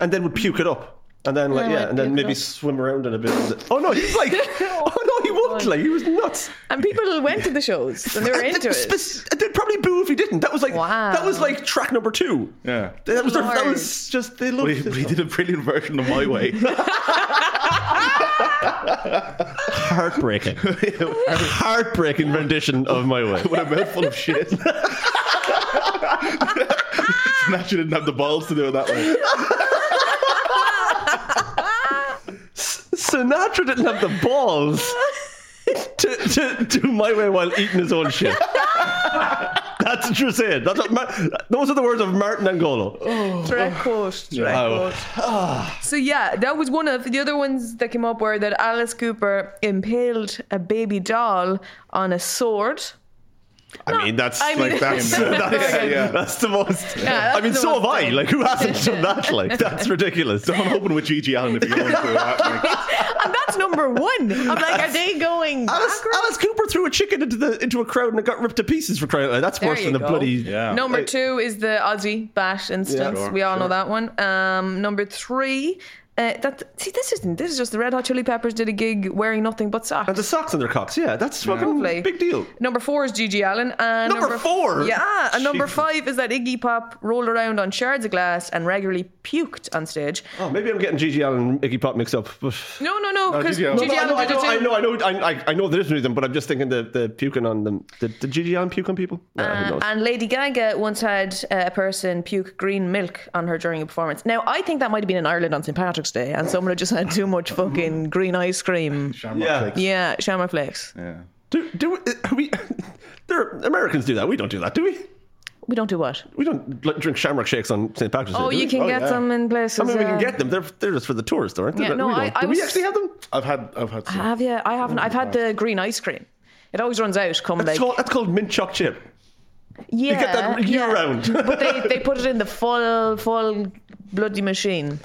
[SPEAKER 2] and then would puke it up. And then, like,
[SPEAKER 3] Yeah,
[SPEAKER 2] yeah,
[SPEAKER 3] I'd
[SPEAKER 2] and then
[SPEAKER 3] puke it
[SPEAKER 2] maybe
[SPEAKER 3] up.
[SPEAKER 2] swim around in a bit. Oh no, he's like, oh no, he would like, he was nuts.
[SPEAKER 3] And people went to the shows and they were
[SPEAKER 2] And
[SPEAKER 3] into
[SPEAKER 2] they'd
[SPEAKER 3] it.
[SPEAKER 2] spec- they'd probably boo if he didn't. That was like
[SPEAKER 3] Wow.
[SPEAKER 2] that was like track number two.
[SPEAKER 1] Yeah.
[SPEAKER 2] That was, their, that
[SPEAKER 3] Lord.
[SPEAKER 2] was just they loved
[SPEAKER 1] But he,
[SPEAKER 2] it.
[SPEAKER 1] but he did a brilliant version of My Way.
[SPEAKER 2] heartbreaking, heartbreaking rendition of my way.
[SPEAKER 1] with a mouthful of shit. Snatcher didn't have the balls to do it that way.
[SPEAKER 2] Sin Sinatra didn't have the balls to, to do my way while eating his own shit. That's what you're saying. That's what Mar- those are the words of Martin Angolo.
[SPEAKER 3] Direct quote. Direct
[SPEAKER 2] Wow.
[SPEAKER 3] quote. so yeah, that was one of the other ones that came up were that Alice Cooper impaled a baby doll on a sword.
[SPEAKER 2] I mean, that's
[SPEAKER 3] I mean-
[SPEAKER 2] like that's
[SPEAKER 1] Yeah,
[SPEAKER 2] that's,
[SPEAKER 1] yeah.
[SPEAKER 2] that's the most.
[SPEAKER 3] Yeah,
[SPEAKER 2] I mean,
[SPEAKER 3] that's the
[SPEAKER 2] so have
[SPEAKER 3] most uh,
[SPEAKER 2] I.
[SPEAKER 3] thing.
[SPEAKER 2] Like, who hasn't done that? Like, that's ridiculous.
[SPEAKER 1] I'm hoping with Gigi Allen if you want to do that. Like,
[SPEAKER 3] And that's number one. I'm like, are they going
[SPEAKER 2] Alice,
[SPEAKER 3] backwards?
[SPEAKER 2] Alice Cooper threw a chicken into the into a crowd and it got ripped to pieces for crying out loud. That's
[SPEAKER 3] There
[SPEAKER 2] worse
[SPEAKER 3] you
[SPEAKER 2] than the
[SPEAKER 3] go.
[SPEAKER 2] bloody.
[SPEAKER 1] Yeah.
[SPEAKER 3] Number
[SPEAKER 2] Like-
[SPEAKER 3] two is the Aussie bash instance.
[SPEAKER 1] Yeah, sure,
[SPEAKER 3] we all know
[SPEAKER 1] sure.
[SPEAKER 3] that one. Um, number three, uh, that see, this isn't. This is just the Red Hot Chili Peppers did a gig wearing nothing but socks.
[SPEAKER 2] And the socks on their cocks. Yeah, that's fucking
[SPEAKER 3] Lovely.
[SPEAKER 2] big deal.
[SPEAKER 3] Number four is Gigi Allen. And
[SPEAKER 2] Number four?
[SPEAKER 3] Yeah. And number
[SPEAKER 2] Jesus.
[SPEAKER 3] five is that Iggy Pop rolled around on shards of glass and regularly puked on stage.
[SPEAKER 2] Oh, maybe I'm getting Gigi Allen and Iggy Pop mixed up. But...
[SPEAKER 3] No, no, no. Because
[SPEAKER 1] Gigi Allen.
[SPEAKER 3] Gigi
[SPEAKER 2] No, I know,
[SPEAKER 3] Allen
[SPEAKER 2] I
[SPEAKER 3] did
[SPEAKER 2] know, I
[SPEAKER 3] it too.
[SPEAKER 2] know, I know, I, I- I know there is reason, but I'm just thinking the, the puking on them. Did, did Gigi Allen puke on people? Nah, who
[SPEAKER 3] Uh,
[SPEAKER 2] knows?
[SPEAKER 3] and Lady Gaga once had uh, a person puke green milk on her during a performance. Now, I think that might have been in Ireland on St. Patrick's Day, and someone had just had too much fucking
[SPEAKER 2] Mm.
[SPEAKER 3] green ice cream.
[SPEAKER 1] Shamrock
[SPEAKER 2] Yeah.
[SPEAKER 1] Shakes.
[SPEAKER 3] Yeah, Shamrock Flakes.
[SPEAKER 1] yeah.
[SPEAKER 2] Do, do are we? There, Americans do that. We don't do that, do we?
[SPEAKER 3] We don't do what?
[SPEAKER 2] We don't like, drink Shamrock Shakes on St. Patrick's Day.
[SPEAKER 3] Oh,
[SPEAKER 2] do
[SPEAKER 3] you
[SPEAKER 2] we?
[SPEAKER 3] can
[SPEAKER 1] Oh,
[SPEAKER 3] get
[SPEAKER 1] yeah.
[SPEAKER 3] them in places.
[SPEAKER 2] I mean, we can
[SPEAKER 3] uh,
[SPEAKER 2] get them. They're, they're just for the tourists, though, aren't they?
[SPEAKER 3] Yeah, no,
[SPEAKER 2] we
[SPEAKER 3] I-
[SPEAKER 2] don't.
[SPEAKER 3] I
[SPEAKER 2] do
[SPEAKER 3] was-
[SPEAKER 2] we actually have them?
[SPEAKER 1] I've had I've had some.
[SPEAKER 3] Have you? I haven't. I've had the green ice cream. It always runs out. Come
[SPEAKER 2] Mm. That's
[SPEAKER 3] like
[SPEAKER 2] called, that's called mint choc chip.
[SPEAKER 3] yeah,
[SPEAKER 2] get that year
[SPEAKER 3] yeah.
[SPEAKER 2] round.
[SPEAKER 3] but they, they put it in the full full bloody machine,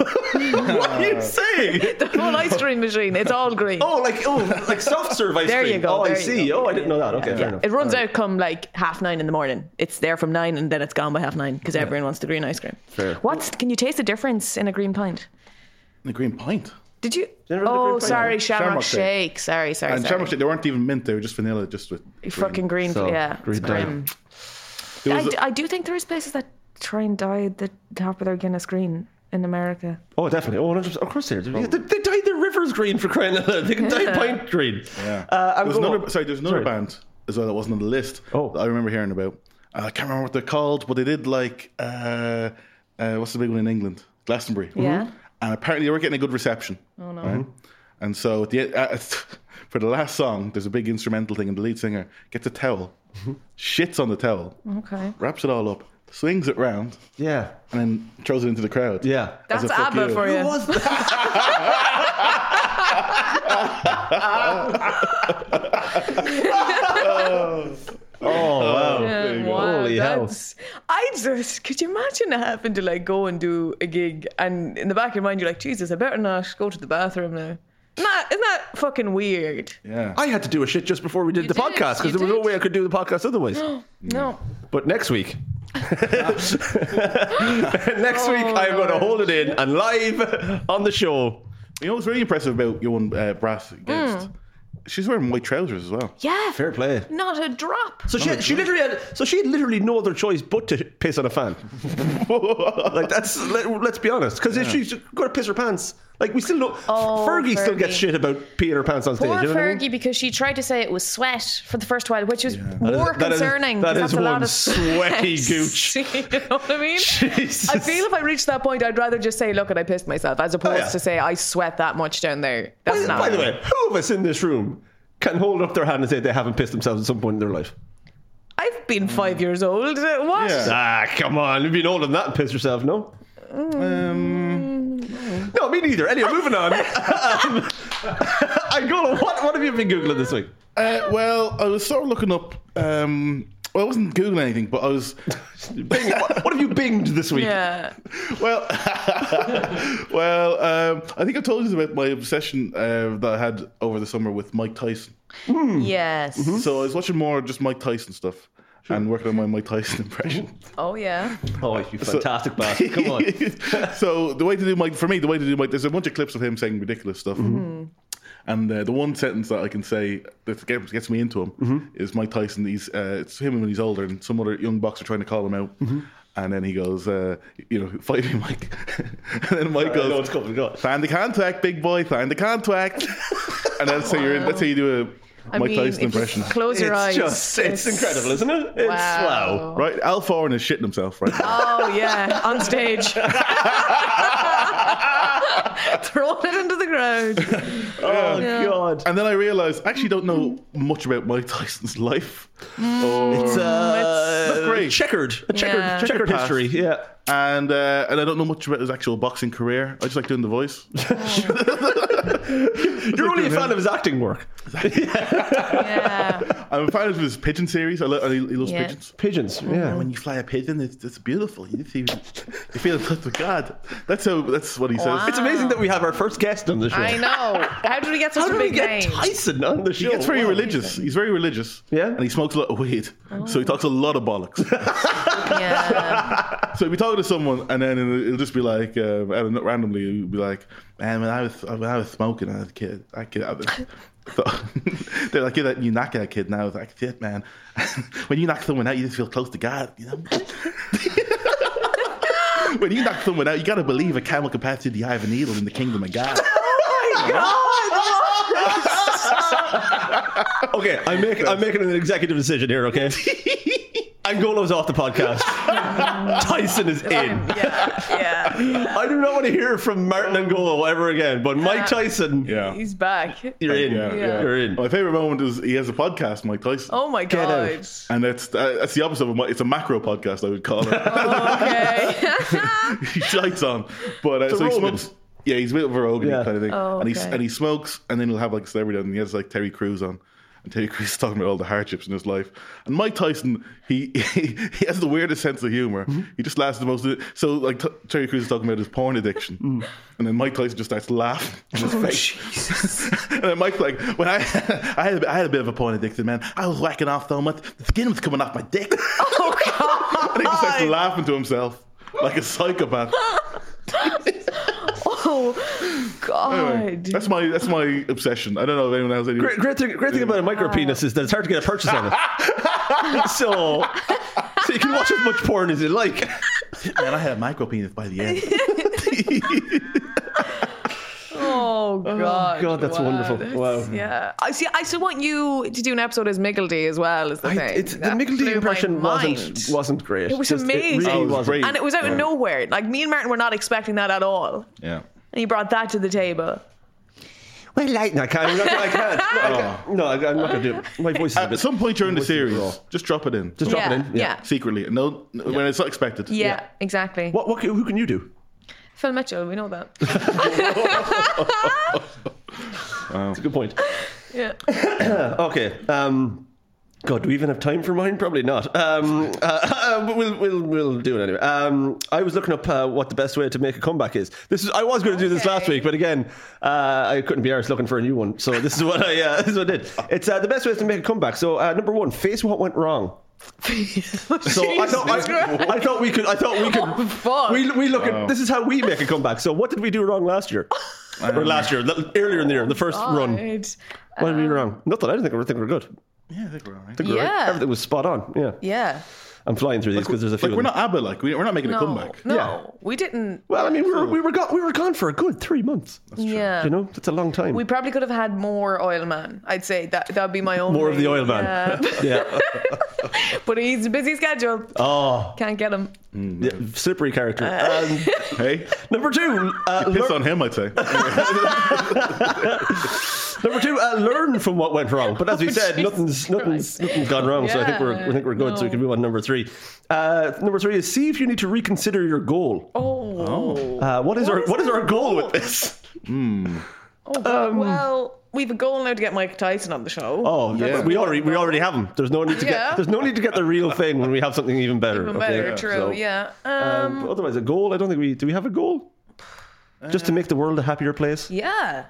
[SPEAKER 2] what are you saying?
[SPEAKER 3] Uh, the full ice cream machine. It's all green.
[SPEAKER 2] Oh, like oh, like soft serve ice
[SPEAKER 3] There
[SPEAKER 2] cream.
[SPEAKER 3] you go,
[SPEAKER 2] Oh, I
[SPEAKER 3] there you
[SPEAKER 2] see.
[SPEAKER 3] go.
[SPEAKER 2] Oh, I didn't know that. Okay, fair enough.
[SPEAKER 3] It runs out come like half nine in the morning. It's there from nine and then it's gone by half nine because everyone wants the green ice cream.
[SPEAKER 2] Fair.
[SPEAKER 3] What's can you taste the difference in a green pint?
[SPEAKER 1] The green pint.
[SPEAKER 3] Did you?
[SPEAKER 2] ever had a
[SPEAKER 3] oh,
[SPEAKER 2] green pint?
[SPEAKER 3] sorry,
[SPEAKER 1] No.
[SPEAKER 3] Shamrock,
[SPEAKER 1] Shamrock
[SPEAKER 3] shake.
[SPEAKER 1] shake.
[SPEAKER 3] Sorry, sorry,
[SPEAKER 1] And
[SPEAKER 3] sorry.
[SPEAKER 1] Shamrock Shake, they weren't even mint. They were just vanilla, just with. green.
[SPEAKER 3] Fucking green.
[SPEAKER 2] So,
[SPEAKER 3] yeah,
[SPEAKER 2] green
[SPEAKER 3] it's
[SPEAKER 2] dye.
[SPEAKER 3] grim.
[SPEAKER 1] There
[SPEAKER 3] I,
[SPEAKER 1] was
[SPEAKER 3] d-
[SPEAKER 1] a-
[SPEAKER 3] I do think there is places that try and dye the top of their Guinness green in America.
[SPEAKER 2] Oh, definitely. Oh, 100%. of course they are. They, they dyed their rivers green for crying out loud. They can dye pint green.
[SPEAKER 1] Yeah.
[SPEAKER 2] Uh, I'm
[SPEAKER 1] there's
[SPEAKER 2] going-
[SPEAKER 1] another, sorry, there's another
[SPEAKER 2] Sorry.
[SPEAKER 1] band as well that wasn't on the list.
[SPEAKER 2] Oh.
[SPEAKER 1] that I remember hearing about. Uh, I can't remember what they're called, but they did like uh, uh, what's the big one in England? Glastonbury.
[SPEAKER 2] Mm-hmm.
[SPEAKER 3] Yeah. Mm.
[SPEAKER 1] And apparently they were getting a good reception. Oh no. And so at the, uh, for the last song, there's a big instrumental thing, and the lead singer gets a towel,
[SPEAKER 2] Mm-hmm.
[SPEAKER 1] shits on the towel,
[SPEAKER 3] Okay.
[SPEAKER 1] wraps it all up, swings it round,
[SPEAKER 2] Yeah.
[SPEAKER 1] and then throws it into the crowd.
[SPEAKER 2] Yeah.
[SPEAKER 1] As a
[SPEAKER 3] That's
[SPEAKER 1] fuck
[SPEAKER 3] ABBA
[SPEAKER 1] you.
[SPEAKER 3] for
[SPEAKER 2] Who
[SPEAKER 3] you.
[SPEAKER 2] was that? oh, wow.
[SPEAKER 3] Wow,
[SPEAKER 2] Holy hell.
[SPEAKER 3] that's- I just could you imagine having to like go and do a gig and in the back of your mind you're like, Jesus, I better not go to the bathroom now. Not isn't that fucking weird?
[SPEAKER 1] Yeah.
[SPEAKER 2] I had to do a shit just before we did
[SPEAKER 3] You
[SPEAKER 2] the
[SPEAKER 3] did,
[SPEAKER 2] podcast because
[SPEAKER 3] you
[SPEAKER 2] there was no
[SPEAKER 3] did.
[SPEAKER 2] way I could do the podcast otherwise.
[SPEAKER 3] No.
[SPEAKER 2] But next week. next week,
[SPEAKER 3] Oh,
[SPEAKER 2] I'm going to
[SPEAKER 3] Lord.
[SPEAKER 2] hold it in and live on the show.
[SPEAKER 1] You know what's really impressive about Joan uh, Brass against? She's wearing white trousers as well.
[SPEAKER 3] Yeah.
[SPEAKER 2] Fair play.
[SPEAKER 3] Not a drop.
[SPEAKER 2] So she, she literally had so she had literally no other choice but to piss on a fan. like that's let, us be honest, because if she's going to piss her pants, like we still know
[SPEAKER 3] Oh,
[SPEAKER 2] Fergie, still
[SPEAKER 3] Fergie.
[SPEAKER 2] gets shit about peeing her pants on stage.
[SPEAKER 3] Poor
[SPEAKER 2] you know what I mean?
[SPEAKER 3] Fergie, because she tried to say it was sweat for the first while, which was more
[SPEAKER 2] That is-
[SPEAKER 3] concerning.
[SPEAKER 2] that
[SPEAKER 3] 'cause
[SPEAKER 2] is
[SPEAKER 3] that's a lot
[SPEAKER 2] one
[SPEAKER 3] of
[SPEAKER 2] sweaty
[SPEAKER 3] sweat.
[SPEAKER 2] gooch.
[SPEAKER 3] you know what I mean?
[SPEAKER 2] Jesus.
[SPEAKER 3] I feel if I reached that point, I'd rather just say, "Look, and I pissed myself," as opposed
[SPEAKER 2] Oh, yeah.
[SPEAKER 3] to say, "I sweat that much down there." That's
[SPEAKER 2] By,
[SPEAKER 3] not.
[SPEAKER 2] by the way, who of us in this room can hold up their hand and say they haven't pissed themselves at some point in their life?
[SPEAKER 3] I've
[SPEAKER 2] Mm.
[SPEAKER 3] been five years old. Uh, What?
[SPEAKER 1] Yeah.
[SPEAKER 2] Ah, come on, you've been older than that and pissed yourself, no? Um, no, me neither. Anyway, moving on. um, Angola, what, what have you been googling this week?
[SPEAKER 1] Uh, well, I was sort of looking up. Um, well, I wasn't googling anything, but I was.
[SPEAKER 2] Bing, what, what have you binged this week?
[SPEAKER 3] Yeah.
[SPEAKER 1] Well, well, um, I think I told you about my obsession uh, that I had over the summer with Mike Tyson.
[SPEAKER 2] Hmm.
[SPEAKER 3] Yes.
[SPEAKER 2] Mm-hmm.
[SPEAKER 1] So I was watching more just Mike Tyson stuff and working on my Mike Tyson impression.
[SPEAKER 3] Oh yeah.
[SPEAKER 2] Oh, you fantastic bastard. Come on.
[SPEAKER 1] so the way to do Mike for me, the way to do Mike, there's a bunch of clips of him saying ridiculous stuff.
[SPEAKER 2] Mm-hmm.
[SPEAKER 1] Mm-hmm. And uh, the one sentence that I can say that gets gets me into him
[SPEAKER 2] Mm-hmm.
[SPEAKER 1] is Mike Tyson. He's uh, it's him when he's older, and some other young boxer trying to call him out.
[SPEAKER 2] Mm-hmm.
[SPEAKER 1] And then he goes, uh, you know, fight me, Mike. and then Mike
[SPEAKER 2] I know
[SPEAKER 1] goes,
[SPEAKER 2] it's coming, go on.
[SPEAKER 1] sign the contract, big boy, sign the contract. and that's how you're in, that's how you do a
[SPEAKER 3] I
[SPEAKER 1] Mike
[SPEAKER 3] mean,
[SPEAKER 1] Tyson
[SPEAKER 3] if you
[SPEAKER 1] impression.
[SPEAKER 3] Close your
[SPEAKER 2] it's
[SPEAKER 3] eyes.
[SPEAKER 2] just, it's, incredible, isn't it? It's wow.
[SPEAKER 3] Wow.
[SPEAKER 1] Right, Al Foran is shitting himself right now.
[SPEAKER 3] Oh yeah, on stage. Throwing it into the crowd.
[SPEAKER 2] Oh,
[SPEAKER 3] Yeah.
[SPEAKER 2] God.
[SPEAKER 1] And then I realized I actually don't know much about Mike Tyson's life. Or-
[SPEAKER 2] It's, uh,
[SPEAKER 1] Not great.
[SPEAKER 2] checkered, a checkered,
[SPEAKER 3] Yeah.
[SPEAKER 2] checkered
[SPEAKER 1] Path.
[SPEAKER 2] history. Yeah.
[SPEAKER 1] and uh, and I don't know much about his actual boxing career. I just like doing the voice.
[SPEAKER 2] You're only a fan of his acting work.
[SPEAKER 3] Yeah.
[SPEAKER 1] I'm a fan of his pigeon series. I, lo- I he loves
[SPEAKER 3] Yeah.
[SPEAKER 1] pigeons.
[SPEAKER 2] Pigeons. Yeah.
[SPEAKER 3] Mm.
[SPEAKER 1] When you fly a pigeon, it's, it's beautiful. You, feel- you feel in touch with God. That's how. That's what he says.
[SPEAKER 3] Wow.
[SPEAKER 2] It's amazing that we have our first guest on the show.
[SPEAKER 3] I know. How did we get such
[SPEAKER 2] How
[SPEAKER 3] a
[SPEAKER 2] do we
[SPEAKER 3] big
[SPEAKER 2] get
[SPEAKER 3] name?
[SPEAKER 2] Tyson on the show?
[SPEAKER 1] He gets very
[SPEAKER 2] Wow.
[SPEAKER 1] religious. He's very religious.
[SPEAKER 2] Yeah?
[SPEAKER 1] And he smokes a lot of weed.
[SPEAKER 3] Oh.
[SPEAKER 1] So he talks a lot of bollocks.
[SPEAKER 3] Yeah.
[SPEAKER 1] so he'll be talking to someone, and then it'll it'll just be like, um, I don't know, randomly, he'll be like, man, when I was, when I was smoking as a kid, I could. I was, thought- they're like, yeah, that, you knock that kid now. It's like, shit, man. when you knock someone out, you just feel close to God, you know? when you knock someone out, you got to believe a camel can pass through the eye of a needle in the kingdom of God.
[SPEAKER 2] Okay, I make I'm making an executive decision here. Okay, Angolo's off the podcast. Tyson is in.
[SPEAKER 3] yeah. Yeah.
[SPEAKER 2] I do not want to hear from Martin Angola ever again. But Mike Tyson,
[SPEAKER 1] Yeah.
[SPEAKER 3] He's back.
[SPEAKER 2] you're in.
[SPEAKER 1] Yeah,
[SPEAKER 3] yeah.
[SPEAKER 2] You're in.
[SPEAKER 1] My favorite moment is he has a podcast, Mike Tyson.
[SPEAKER 3] Oh my
[SPEAKER 2] Get out.
[SPEAKER 3] god.
[SPEAKER 1] And that's uh, that's the opposite of a, it's a macro podcast I would call it.
[SPEAKER 3] Okay.
[SPEAKER 1] he shites on, but uh, so he
[SPEAKER 2] Rogan.
[SPEAKER 1] smokes. Yeah, he's a bit of a Rogan
[SPEAKER 2] Yeah.
[SPEAKER 1] kind of thing,
[SPEAKER 3] Oh,
[SPEAKER 1] and he
[SPEAKER 3] okay.
[SPEAKER 1] and he smokes, and then he'll have like a celebrity, on, and he has like Terry Crews on, and Terry Crews is talking about all the hardships in his life, and Mike Tyson he he, has the weirdest sense of humor. He just laughs the most. So like t- Terry Crews is talking about his porn addiction, and then Mike Tyson just starts laughing in
[SPEAKER 2] Oh,
[SPEAKER 1] his face. And then Mike's like, when I I had a, I had a bit of a porn addiction, man. I was whacking off so much, the skin was coming off my dick.
[SPEAKER 3] Oh,
[SPEAKER 1] and he just starts laughing to himself like a psychopath.
[SPEAKER 3] oh
[SPEAKER 1] Anyway,
[SPEAKER 3] god.
[SPEAKER 1] that's my that's my obsession. I don't know if anyone has any.
[SPEAKER 2] Great, great thing, great thing about a micro penis is that it's hard to get a purchase on it. so, so you can watch as much porn as you like.
[SPEAKER 1] Man, I had a micro penis by the end.
[SPEAKER 3] Oh god.
[SPEAKER 2] God, that's wonderful. Wow.
[SPEAKER 3] Yeah. I see I still want you to do an episode as Miggledy as well as the
[SPEAKER 2] I,
[SPEAKER 3] thing.
[SPEAKER 2] it's, the
[SPEAKER 3] That
[SPEAKER 2] Miggledy
[SPEAKER 3] blew my
[SPEAKER 2] impression wasn't
[SPEAKER 3] mind.
[SPEAKER 2] wasn't great.
[SPEAKER 3] It was
[SPEAKER 2] It
[SPEAKER 3] amazing.
[SPEAKER 2] really
[SPEAKER 3] Oh, it was
[SPEAKER 2] wasn't.
[SPEAKER 1] great.
[SPEAKER 3] and it was out
[SPEAKER 1] Yeah.
[SPEAKER 3] of nowhere. Like me and Martin were not expecting that at all.
[SPEAKER 1] yeah.
[SPEAKER 3] And you brought that to the table.
[SPEAKER 2] Well, like, I can't. I'm not, I can't. No, I can't. No, I, am not going to do it. My voice is a
[SPEAKER 1] At
[SPEAKER 2] bit.
[SPEAKER 1] some point during the
[SPEAKER 2] Voice is
[SPEAKER 1] series,
[SPEAKER 2] raw.
[SPEAKER 1] just drop it in.
[SPEAKER 2] Just drop it
[SPEAKER 3] yeah,
[SPEAKER 2] in.
[SPEAKER 3] Yeah.
[SPEAKER 1] secretly. No, no- when it's not expected.
[SPEAKER 3] Yeah, exactly.
[SPEAKER 2] What, what? Who can you do?
[SPEAKER 3] Phil Mitchell, we know that.
[SPEAKER 2] That's a good point. Uh,
[SPEAKER 3] Yeah.
[SPEAKER 2] Okay. Um, God, do we even have time for mine? Probably not. Um, uh, uh, but we'll, we'll, we'll do it anyway. Um, I was looking up uh, what the best way to make a comeback is. This is I was going to do this
[SPEAKER 3] Okay.
[SPEAKER 2] last week, but again, uh, I couldn't be arsed looking for a new one. So this is what I uh, this is what I did. It's uh, the best way to make a comeback. So uh, number one, face what went wrong. So I thought
[SPEAKER 3] Jesus
[SPEAKER 2] I, I thought we could I thought we could
[SPEAKER 3] Oh, fuck.
[SPEAKER 2] we we look
[SPEAKER 1] Oh.
[SPEAKER 2] at this is how we make a comeback. So what did we do wrong last year? Or last year, the- earlier in the year, the first
[SPEAKER 3] Oh,
[SPEAKER 2] run.
[SPEAKER 3] God.
[SPEAKER 2] What did we do wrong? Nothing. I didn't think we were, think we were good.
[SPEAKER 1] Yeah, I think we're all right.
[SPEAKER 2] We were right.
[SPEAKER 3] Yeah.
[SPEAKER 2] Everything was spot on. Yeah.
[SPEAKER 3] Yeah.
[SPEAKER 2] I'm flying through these because there's a few.
[SPEAKER 1] Like
[SPEAKER 2] of
[SPEAKER 1] we're
[SPEAKER 2] them.
[SPEAKER 1] not ABBA. Like we, we're not making
[SPEAKER 3] No.
[SPEAKER 1] a comeback.
[SPEAKER 3] No.
[SPEAKER 2] Yeah.
[SPEAKER 3] We didn't.
[SPEAKER 2] Well, I mean, we were we were gone, we were gone for a good three months.
[SPEAKER 3] Yeah.
[SPEAKER 2] You know, that's a long time.
[SPEAKER 3] We probably could have had more oil man. I'd say that that would be my own.
[SPEAKER 2] More of the oil man. yeah.
[SPEAKER 3] but he's a busy schedule.
[SPEAKER 2] Oh,
[SPEAKER 3] Can't get him.
[SPEAKER 2] yeah, slippery character.
[SPEAKER 3] Uh.
[SPEAKER 2] um,
[SPEAKER 1] Hey,
[SPEAKER 2] number two. Uh,
[SPEAKER 1] piss
[SPEAKER 2] lear-
[SPEAKER 1] on him, I'd say.
[SPEAKER 2] Number two, uh, learn from what went wrong. But as we said, nothing's nothing's nothing's gone wrong. So I think we're
[SPEAKER 3] Oh, Yeah,
[SPEAKER 2] I think we're good. So we can
[SPEAKER 3] no.
[SPEAKER 2] move on to number three. Uh, number three is see if you need to reconsider your goal.
[SPEAKER 3] Oh.
[SPEAKER 2] Uh, what is
[SPEAKER 3] What
[SPEAKER 2] our
[SPEAKER 3] is
[SPEAKER 2] what is
[SPEAKER 3] our
[SPEAKER 2] our goal
[SPEAKER 3] goal?
[SPEAKER 2] with this?
[SPEAKER 3] Oh, God. well, we've a goal now to get Mike Tyson on the show.
[SPEAKER 2] Um, Oh yeah,
[SPEAKER 1] Yeah.
[SPEAKER 2] we already we already have them. There's no need to
[SPEAKER 3] Yeah.
[SPEAKER 2] get there's no need to get the real thing when we have something even better.
[SPEAKER 3] Even
[SPEAKER 2] okay?
[SPEAKER 3] better, true.
[SPEAKER 2] So,
[SPEAKER 3] yeah.
[SPEAKER 2] um, but otherwise, a goal. I don't think we do. We have a goal. Just to make the world a happier place.
[SPEAKER 3] Uh, yeah.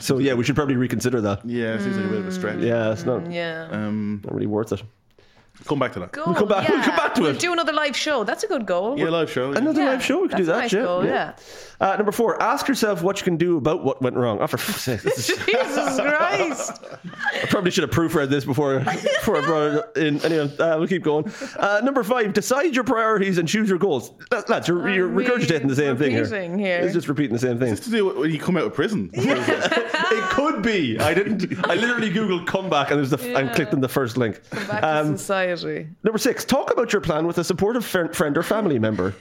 [SPEAKER 2] So yeah, we should probably reconsider that.
[SPEAKER 1] yeah, it seems like a bit of a stretch.
[SPEAKER 2] Yeah, it's not,
[SPEAKER 3] Mm, Yeah.
[SPEAKER 1] Um,
[SPEAKER 2] not really worth it.
[SPEAKER 1] Come back to that.
[SPEAKER 3] Goal,
[SPEAKER 2] Uh, come back-
[SPEAKER 3] yeah.
[SPEAKER 2] we'll come back to
[SPEAKER 3] We'll
[SPEAKER 2] it.
[SPEAKER 3] do another live show. That's a good goal.
[SPEAKER 1] Yeah, live show. yeah.
[SPEAKER 2] Another
[SPEAKER 3] Yeah,
[SPEAKER 2] live show. We could
[SPEAKER 3] that's
[SPEAKER 2] do
[SPEAKER 3] a
[SPEAKER 2] that.
[SPEAKER 3] nice
[SPEAKER 2] yeah.
[SPEAKER 3] goal,
[SPEAKER 2] Uh, number four. Ask yourself what you can do about what went wrong. Oh, for fuck's sake, this is-
[SPEAKER 3] Jesus Christ.
[SPEAKER 2] I probably should have proofread this before before I brought it in. Anyway, uh, we'll keep going. Uh, number five. Decide your priorities and choose your goals. L- Lads, you're,
[SPEAKER 3] Are
[SPEAKER 2] you're
[SPEAKER 3] we
[SPEAKER 2] regurgitating the same thing here.
[SPEAKER 3] repeating here?
[SPEAKER 2] It's just repeating the same thing.
[SPEAKER 1] to do when you come out of prison.
[SPEAKER 2] it could be. I didn't. I literally googled comeback and there's the and
[SPEAKER 3] Yeah.
[SPEAKER 2] clicked on the first link. Um,
[SPEAKER 3] Back to society.
[SPEAKER 2] Number six. Talk about your plan with a supportive fri- friend or family member.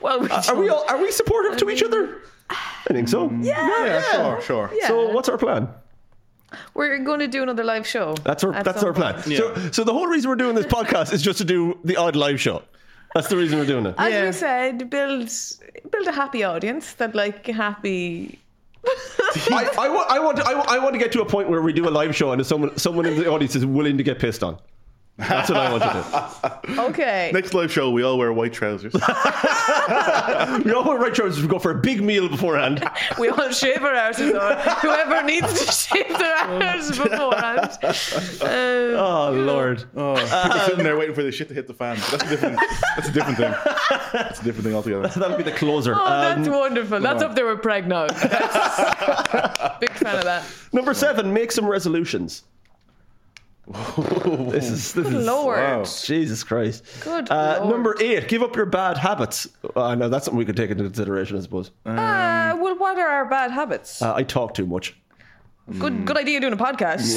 [SPEAKER 3] Well, we
[SPEAKER 2] Are we
[SPEAKER 3] don't-
[SPEAKER 2] all? Are we supportive to each other? I think so.
[SPEAKER 1] Yeah, sure, sure.
[SPEAKER 3] Yeah.
[SPEAKER 2] So what's our plan?
[SPEAKER 3] We're going to do another live show.
[SPEAKER 2] That's our
[SPEAKER 3] at
[SPEAKER 2] that's
[SPEAKER 3] some
[SPEAKER 2] our plan.
[SPEAKER 3] point.
[SPEAKER 2] So so the whole reason we're doing this podcast is just to do the odd live show. That's the reason we're doing it.
[SPEAKER 3] As
[SPEAKER 1] Yeah.
[SPEAKER 3] we said, build build a happy audience that like happy.
[SPEAKER 2] I, I, want, I, want to, I, want- I want to get to a point where we do a live show and if someone someone in the audience is willing to get pissed on. That's what I want to
[SPEAKER 3] Okay.
[SPEAKER 1] Next live show, we all wear white trousers.
[SPEAKER 2] do. We all want right shows we go for a big meal beforehand.
[SPEAKER 3] we all shave our asses or whoever needs to shave their
[SPEAKER 1] Oh,
[SPEAKER 3] asses beforehand. Um,
[SPEAKER 2] Oh lord.
[SPEAKER 1] Oh, people sitting there waiting for the shit to hit the fan. That's a different. that's a different thing. That's a different thing altogether.
[SPEAKER 2] That'll be the closer.
[SPEAKER 3] oh,
[SPEAKER 2] Um,
[SPEAKER 3] that's wonderful. That's
[SPEAKER 1] on.
[SPEAKER 3] up there with pregnant. That's- Big fan of that.
[SPEAKER 2] number seven, make some resolutions. this is this is
[SPEAKER 3] Lord.
[SPEAKER 1] Wow.
[SPEAKER 2] Jesus Christ.
[SPEAKER 3] Good
[SPEAKER 2] Uh,
[SPEAKER 3] Lord.
[SPEAKER 2] number eight, give up your bad habits. Uh, no, that's something we could take into consideration, I suppose.
[SPEAKER 1] Um,
[SPEAKER 3] Uh, well, what are our bad habits?
[SPEAKER 2] Uh, I talk too much.
[SPEAKER 3] good, good idea doing a podcast.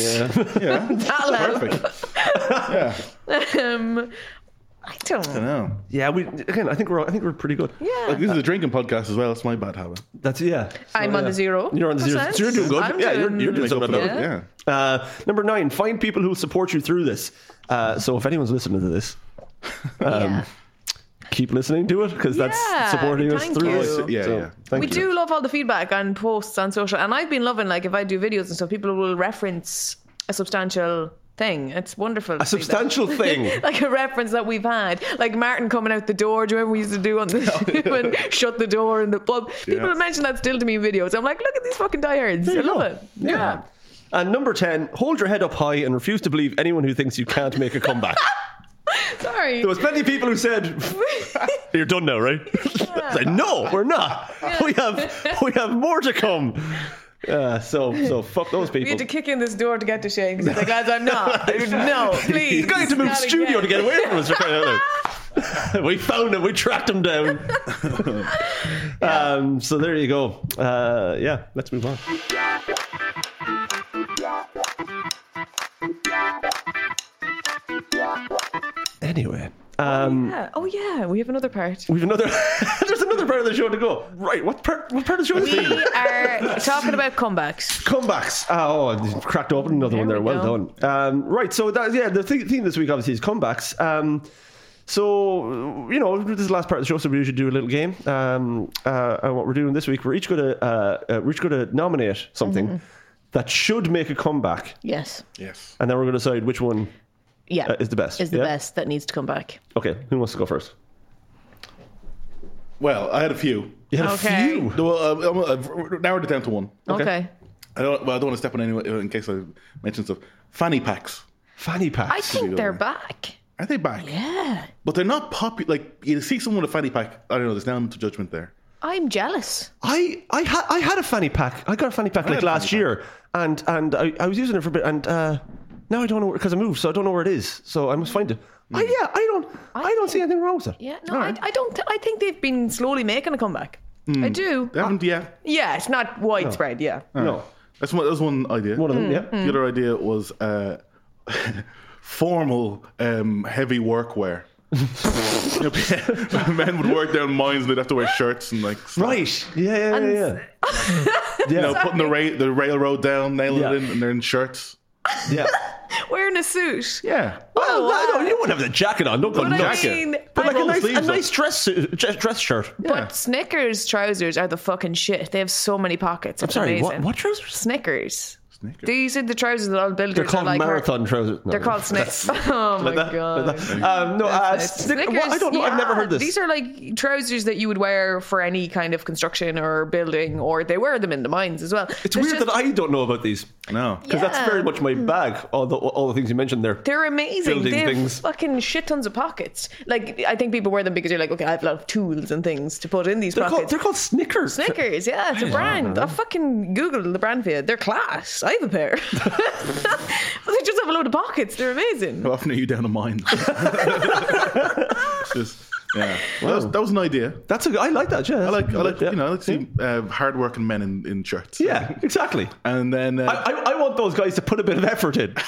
[SPEAKER 1] um, Yeah,
[SPEAKER 3] That'll help.
[SPEAKER 1] perfect. Yeah,
[SPEAKER 3] Um, I don't.
[SPEAKER 1] I know.
[SPEAKER 2] Yeah, we again. I think we're. I think we're pretty good.
[SPEAKER 3] Yeah.
[SPEAKER 1] Like, this is a drinking podcast as well. It's my bad habit.
[SPEAKER 2] That's yeah. So,
[SPEAKER 3] I'm on
[SPEAKER 2] yeah.
[SPEAKER 3] the zero.
[SPEAKER 2] You're on the zero.
[SPEAKER 3] percent.
[SPEAKER 2] So you're doing good.
[SPEAKER 3] I'm
[SPEAKER 2] yeah, you're, you're doing
[SPEAKER 1] Make up
[SPEAKER 2] something.
[SPEAKER 1] for
[SPEAKER 2] about
[SPEAKER 1] that.
[SPEAKER 2] it.
[SPEAKER 1] Yeah.
[SPEAKER 2] Uh, number nine, find people who will support you through this. Uh, so if anyone's listening to this,
[SPEAKER 1] um,
[SPEAKER 3] Yeah.
[SPEAKER 2] keep listening to it because
[SPEAKER 3] Yeah,
[SPEAKER 2] that's supporting us
[SPEAKER 3] thank
[SPEAKER 2] through
[SPEAKER 3] you.
[SPEAKER 2] this.
[SPEAKER 1] Oh, Yeah,
[SPEAKER 2] So,
[SPEAKER 1] yeah.
[SPEAKER 2] Thank
[SPEAKER 3] we
[SPEAKER 2] you.
[SPEAKER 3] do love all the feedback and posts on social, and I've been loving like if I do videos and stuff, people will reference a substantial thing. It's wonderful.
[SPEAKER 2] a substantial thing.
[SPEAKER 3] Like a reference that we've had, like Martin coming out the door. Do you remember we used to do on the and shut the door in the pub? People
[SPEAKER 1] Yeah.
[SPEAKER 3] mention that still to me in videos. I'm like, look at these fucking diehards. I
[SPEAKER 2] you
[SPEAKER 3] love
[SPEAKER 2] go.
[SPEAKER 3] it. Yeah.
[SPEAKER 2] And number ten, hold your head up high and refuse to believe anyone who thinks you can't make a comeback.
[SPEAKER 3] Sorry.
[SPEAKER 2] There was plenty of people who said, "You're done now, right?" It's like, no, we're not. We have we have more to come. Uh, so so fuck those
[SPEAKER 3] we
[SPEAKER 2] people.
[SPEAKER 3] had to kick in this door to get to Shane. 'cause He's like, lads, I'm not. no, please.
[SPEAKER 2] He's going to move
[SPEAKER 3] Not
[SPEAKER 2] studio
[SPEAKER 3] again.
[SPEAKER 2] to get away from us. We're kind of like, we found him. We tracked him down. um, so there you go. Uh, yeah, let's move on. Anyway. Um,
[SPEAKER 3] Yeah. Oh yeah, we have another part.
[SPEAKER 2] We've another. there's another part of the show to go. Right, what part? What part of the show is
[SPEAKER 3] We
[SPEAKER 2] it?
[SPEAKER 3] are talking about comebacks.
[SPEAKER 2] Comebacks. Oh, I cracked open another one there.
[SPEAKER 3] we
[SPEAKER 2] well
[SPEAKER 3] go.
[SPEAKER 2] done. Um, right, so that, yeah, the th- theme this week obviously is comebacks. Um, so you know, this is the last part of the show, so we usually do a little game. Um, uh, and what we're doing this week, we're each going to uh, uh, we're each going to nominate something
[SPEAKER 3] Mm-hmm.
[SPEAKER 2] that should make a comeback,
[SPEAKER 3] Yes.
[SPEAKER 1] Yes.
[SPEAKER 2] and then we're going to decide which one
[SPEAKER 3] Yeah.
[SPEAKER 2] uh, is the best.
[SPEAKER 3] Is the
[SPEAKER 2] Yeah?
[SPEAKER 3] best that needs to come back.
[SPEAKER 2] Okay, who wants to go first?
[SPEAKER 1] Well, I had a few.
[SPEAKER 2] You had
[SPEAKER 3] Okay.
[SPEAKER 2] a few.
[SPEAKER 1] No, well, um, I've narrowed it down to one.
[SPEAKER 3] Okay.
[SPEAKER 1] I don't. Well, I don't want to step on anyone in case I mention stuff. Fanny packs.
[SPEAKER 2] Fanny packs.
[SPEAKER 3] I think they're back.
[SPEAKER 1] Are they back?
[SPEAKER 3] Yeah.
[SPEAKER 1] But they're not popular. Like you see someone with a fanny pack. I don't know. There's an element of judgment there.
[SPEAKER 3] I'm jealous.
[SPEAKER 2] I I had I had a fanny pack. I got a fanny pack
[SPEAKER 1] had
[SPEAKER 2] like
[SPEAKER 1] a
[SPEAKER 2] last
[SPEAKER 1] fanny
[SPEAKER 2] year, and and I, I was using it for a bit, and uh, now I don't know because I moved, so I don't know where it is. So I must find it. I,
[SPEAKER 1] Hmm.
[SPEAKER 2] yeah, I don't I, don't see anything wrong with it.
[SPEAKER 3] Yeah. No, I, I don't. Th- I think they've been slowly making a comeback.
[SPEAKER 2] Hmm.
[SPEAKER 3] I do.
[SPEAKER 1] They
[SPEAKER 2] Ah.
[SPEAKER 1] haven't yet.
[SPEAKER 3] Yeah, it's not widespread. Yeah.
[SPEAKER 2] No,
[SPEAKER 1] That's one. That's one idea. Mm.
[SPEAKER 2] one of them.
[SPEAKER 3] Hmm.
[SPEAKER 2] Yeah,
[SPEAKER 1] The other idea was uh, formal, um, heavy workwear. Men would work down mines and they'd have to wear shirts and like stuff.
[SPEAKER 2] right. Yeah, yeah, yeah. yeah.
[SPEAKER 1] You know, putting the ra- the railroad down, nailing
[SPEAKER 2] Yeah.
[SPEAKER 1] it in, and they're in shirts.
[SPEAKER 2] yeah.
[SPEAKER 3] Wearing a suit.
[SPEAKER 1] Yeah,
[SPEAKER 2] Well,
[SPEAKER 3] Oh,
[SPEAKER 2] no,
[SPEAKER 3] wow.
[SPEAKER 2] no, you wouldn't have the jacket on. Don't go
[SPEAKER 3] But I
[SPEAKER 2] nuts.
[SPEAKER 3] mean,
[SPEAKER 2] But like
[SPEAKER 3] I-
[SPEAKER 2] a nice,
[SPEAKER 1] sleeves
[SPEAKER 2] a
[SPEAKER 1] up.
[SPEAKER 2] nice dress suit, dress dress shirt.
[SPEAKER 1] yeah.
[SPEAKER 3] Snickers trousers are the fucking shit. They have so many pockets. It's
[SPEAKER 2] Sorry,
[SPEAKER 3] amazing.
[SPEAKER 2] what, what trousers?
[SPEAKER 3] Snickers.
[SPEAKER 1] Snickers.
[SPEAKER 3] These are the trousers that all builders
[SPEAKER 2] They're
[SPEAKER 3] are
[SPEAKER 2] called
[SPEAKER 3] like
[SPEAKER 2] marathon trousers. No,
[SPEAKER 3] They're called
[SPEAKER 2] that's-
[SPEAKER 3] Snickers. Oh my
[SPEAKER 2] like that,
[SPEAKER 3] god.
[SPEAKER 2] like that. Um, no, uh,
[SPEAKER 3] Nice.
[SPEAKER 2] Snick- what? I don't know. I've never
[SPEAKER 3] yeah.
[SPEAKER 2] heard this.
[SPEAKER 3] These are like trousers that you would wear for any kind of construction or building, or they wear them in the mines as well.
[SPEAKER 2] it's weird that I don't know about these
[SPEAKER 1] No.
[SPEAKER 2] because that's very much my bag. All the all the things you mentioned there.
[SPEAKER 3] Hmm. They're amazing.
[SPEAKER 2] Building
[SPEAKER 3] They have
[SPEAKER 2] things.
[SPEAKER 3] fucking shit tons of pockets. Like I think people wear them because you're like, okay, I have a lot of tools and things to put in these
[SPEAKER 2] They're called,
[SPEAKER 3] pockets.
[SPEAKER 2] they're called Snickers.
[SPEAKER 3] Snickers, yeah, it's a brand. I fucking Google the brand for you. They're class. I have a pair. but they just have a load of pockets. They're amazing.
[SPEAKER 1] How often are you down a mine? It's just, yeah. That, was, that was an idea.
[SPEAKER 2] That's a, I like that. Yeah,
[SPEAKER 1] I like, I like, you know, I like to see uh, hardworking men in, in shirts.
[SPEAKER 2] Yeah, exactly.
[SPEAKER 1] And then,
[SPEAKER 2] I,
[SPEAKER 1] uh,
[SPEAKER 2] I, I want those guys to put a bit of effort in.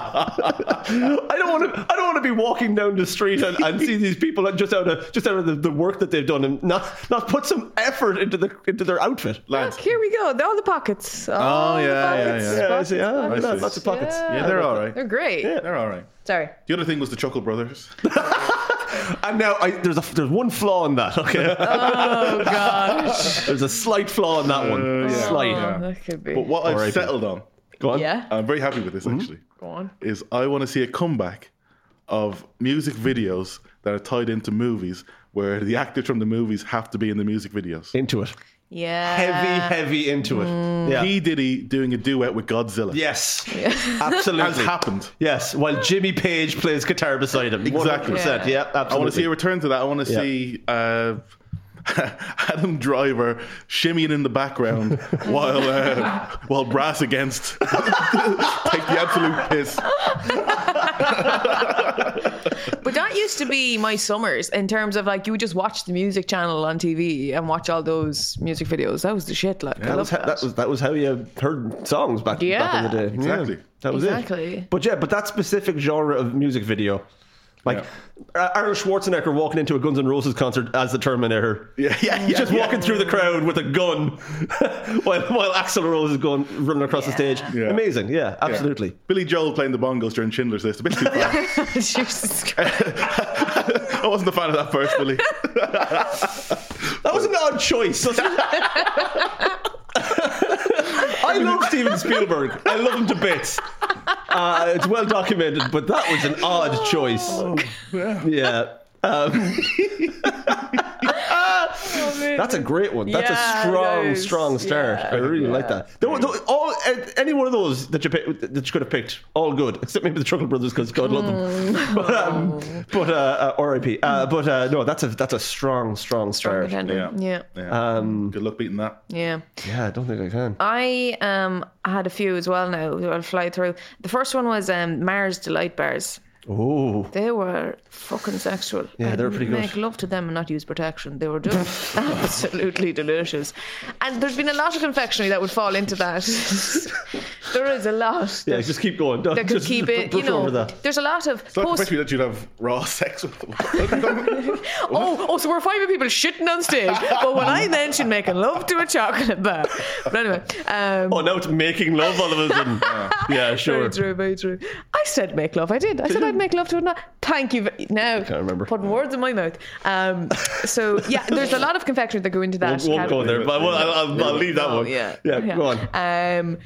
[SPEAKER 2] I don't want to. I don't want to be walking down the street and, and see these people and just out of just out of the, the work that they've done and not not put some effort into the into their outfit.
[SPEAKER 1] lads.
[SPEAKER 3] Look, here we go. They're all the pockets. All the
[SPEAKER 1] yeah, yeah,
[SPEAKER 3] pockets,
[SPEAKER 1] yeah.
[SPEAKER 2] Oh, Yeah, I
[SPEAKER 3] pockets,
[SPEAKER 2] see. Ah, look at
[SPEAKER 3] pockets.
[SPEAKER 2] that, lots of pockets.
[SPEAKER 3] Yeah.
[SPEAKER 1] Yeah, they're all right.
[SPEAKER 3] They're great.
[SPEAKER 1] They're all right.
[SPEAKER 3] Sorry.
[SPEAKER 1] The other thing was the Chuckle Brothers.
[SPEAKER 2] And now I, there's a there's one flaw in that. Okay,
[SPEAKER 3] Oh gosh.
[SPEAKER 2] there's a slight flaw in that one.
[SPEAKER 1] Uh, yeah.
[SPEAKER 2] Slight.
[SPEAKER 1] Yeah.
[SPEAKER 3] Oh, that could be.
[SPEAKER 1] But what I've
[SPEAKER 2] R.I.P.
[SPEAKER 1] settled on,
[SPEAKER 2] Go on.
[SPEAKER 3] yeah.
[SPEAKER 1] I'm very happy with this actually,
[SPEAKER 3] Go on.
[SPEAKER 1] is I want to see a comeback of music videos that are tied into movies where the actors from the movies have to be in the music videos.
[SPEAKER 2] Into it.
[SPEAKER 3] Yeah.
[SPEAKER 2] Heavy, heavy into it.
[SPEAKER 3] Mm.
[SPEAKER 2] Yeah.
[SPEAKER 1] P. Diddy doing a duet with Godzilla.
[SPEAKER 2] yes.
[SPEAKER 1] Has
[SPEAKER 2] Absolutely.
[SPEAKER 1] happened.
[SPEAKER 2] Yes, while Jimmy Page plays guitar beside him.
[SPEAKER 1] Exactly.
[SPEAKER 2] 100%. Yeah,
[SPEAKER 3] Yeah.
[SPEAKER 2] absolutely.
[SPEAKER 1] I want to see a return to that. I want to
[SPEAKER 2] Yeah.
[SPEAKER 1] see uh, Adam Driver shimmying in the background while uh, while brass against take the absolute piss.
[SPEAKER 3] But that used to be my summers in terms of like you would just watch the music channel on TV and watch all those music videos. That was the shit. Like I
[SPEAKER 2] That was,
[SPEAKER 3] love
[SPEAKER 2] how,
[SPEAKER 3] that.
[SPEAKER 2] that was that was how you heard songs back, back
[SPEAKER 3] Yeah.
[SPEAKER 2] in the day.
[SPEAKER 1] Exactly.
[SPEAKER 2] Yeah, that was
[SPEAKER 3] Exactly.
[SPEAKER 2] it. But yeah, but that specific genre of music video, like uh Arnold Schwarzenegger walking into a Guns N' Roses concert as the Terminator.
[SPEAKER 1] Yeah, yeah, yeah.
[SPEAKER 2] He's just
[SPEAKER 1] yeah.
[SPEAKER 2] walking through the crowd with a gun, while while Axl Rose is going running across the
[SPEAKER 3] Yeah.
[SPEAKER 2] stage.
[SPEAKER 1] Yeah.
[SPEAKER 2] Amazing. Yeah,
[SPEAKER 1] Yeah.
[SPEAKER 2] absolutely.
[SPEAKER 1] Billy Joel playing the bongos during Schindler's List. A bit too far.
[SPEAKER 3] Jesus Christ.
[SPEAKER 1] I wasn't a fan of that personally.
[SPEAKER 2] That was an odd choice. I love Steven Spielberg. I love him to bits. Uh, it's well documented, but that was an odd choice. Yeah. Um, that's a great one. That's a
[SPEAKER 3] Yeah,
[SPEAKER 2] strong,
[SPEAKER 3] that is-
[SPEAKER 2] strong start.
[SPEAKER 3] yeah.
[SPEAKER 2] I really like that. There were, there were all eh, any one of those that you pick, that you could have picked, all good, except maybe the Truckle Brothers because God love them.
[SPEAKER 3] Mm.
[SPEAKER 2] But, um, but uh, uh, R.I.P. Uh, but uh, no, that's a that's a strong, strong start. Um,
[SPEAKER 3] yeah. Yeah.
[SPEAKER 1] yeah. Good luck beating that.
[SPEAKER 3] Yeah.
[SPEAKER 2] Yeah, I don't think I can.
[SPEAKER 3] I um had a few as well now. that I'll fly through. The first one was um Mars Delight Bars.
[SPEAKER 2] Oh,
[SPEAKER 3] They were fucking sexual.
[SPEAKER 2] Yeah, they were pretty
[SPEAKER 3] I'd
[SPEAKER 2] good.
[SPEAKER 3] Make love to them and not use protection. They were just absolutely delicious. And there's been a lot of confectionery that would fall into that. there is a lot.
[SPEAKER 2] yeah. Just keep going. Don't,
[SPEAKER 3] That could
[SPEAKER 2] just
[SPEAKER 3] keep it, you
[SPEAKER 2] brush over
[SPEAKER 3] know.
[SPEAKER 2] that.
[SPEAKER 3] There's a lot of
[SPEAKER 1] It's not
[SPEAKER 3] post.
[SPEAKER 1] especially that you'd have raw sex with them.
[SPEAKER 3] Oh, oh, so we're finding people shitting on stage. but when I mentioned making love to a chocolate bar, but anyway, um,
[SPEAKER 2] Oh, now it's making love all of a sudden. yeah. sure.
[SPEAKER 3] Very true, very true. I said make love. I did. I said I'd make love to it. Thank you. ve- Now, I
[SPEAKER 2] can't remember.
[SPEAKER 3] Putting words in my mouth. Um, so yeah, there's a lot of confectionery that go into that.
[SPEAKER 2] Won't, won't go
[SPEAKER 3] category.
[SPEAKER 2] there, but I will, I'll, I'll, I'll leave that
[SPEAKER 3] Oh,
[SPEAKER 2] one.
[SPEAKER 3] yeah.
[SPEAKER 2] yeah, Go on.
[SPEAKER 3] Um,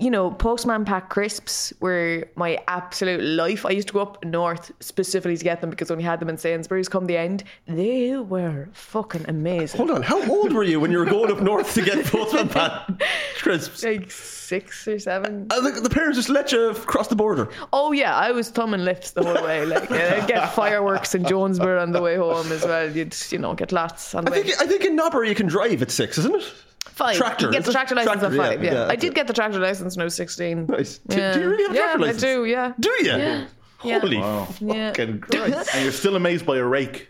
[SPEAKER 3] you know, postman pack crisps were my absolute life. I used to go up north specifically to get them because when we had them in Sainsbury's come the end, they were fucking amazing.
[SPEAKER 2] Hold on. How old were you when you were going up north to get postman pan crisps?
[SPEAKER 3] Like six or seven.
[SPEAKER 2] Uh, the, the parents just let you cross the border.
[SPEAKER 3] Oh yeah, I was thumbing lifts the whole way. Like yeah, I'd get fireworks in Jonesboro on the way home as well. You'd you know get lots on the
[SPEAKER 2] I
[SPEAKER 3] way.
[SPEAKER 2] think I think in Nobber you can drive at six, isn't it?
[SPEAKER 3] five.
[SPEAKER 2] tractor,
[SPEAKER 3] You get
[SPEAKER 2] is
[SPEAKER 3] the
[SPEAKER 2] it?
[SPEAKER 3] tractor license
[SPEAKER 2] Tractor,
[SPEAKER 3] at five.
[SPEAKER 2] yeah,
[SPEAKER 3] Yeah,
[SPEAKER 2] yeah,
[SPEAKER 3] I
[SPEAKER 2] that's
[SPEAKER 3] did
[SPEAKER 2] it.
[SPEAKER 3] get the tractor license when I was sixteen.
[SPEAKER 2] Nice. Do-
[SPEAKER 3] Yeah.
[SPEAKER 2] Do, you really have a
[SPEAKER 3] yeah,
[SPEAKER 2] driver license?
[SPEAKER 3] I do. Yeah.
[SPEAKER 2] Do you?
[SPEAKER 3] Yeah. Yeah.
[SPEAKER 2] Holy
[SPEAKER 1] Wow.
[SPEAKER 3] Yeah.
[SPEAKER 2] fucking Christ!
[SPEAKER 1] and you're still amazed by a rake.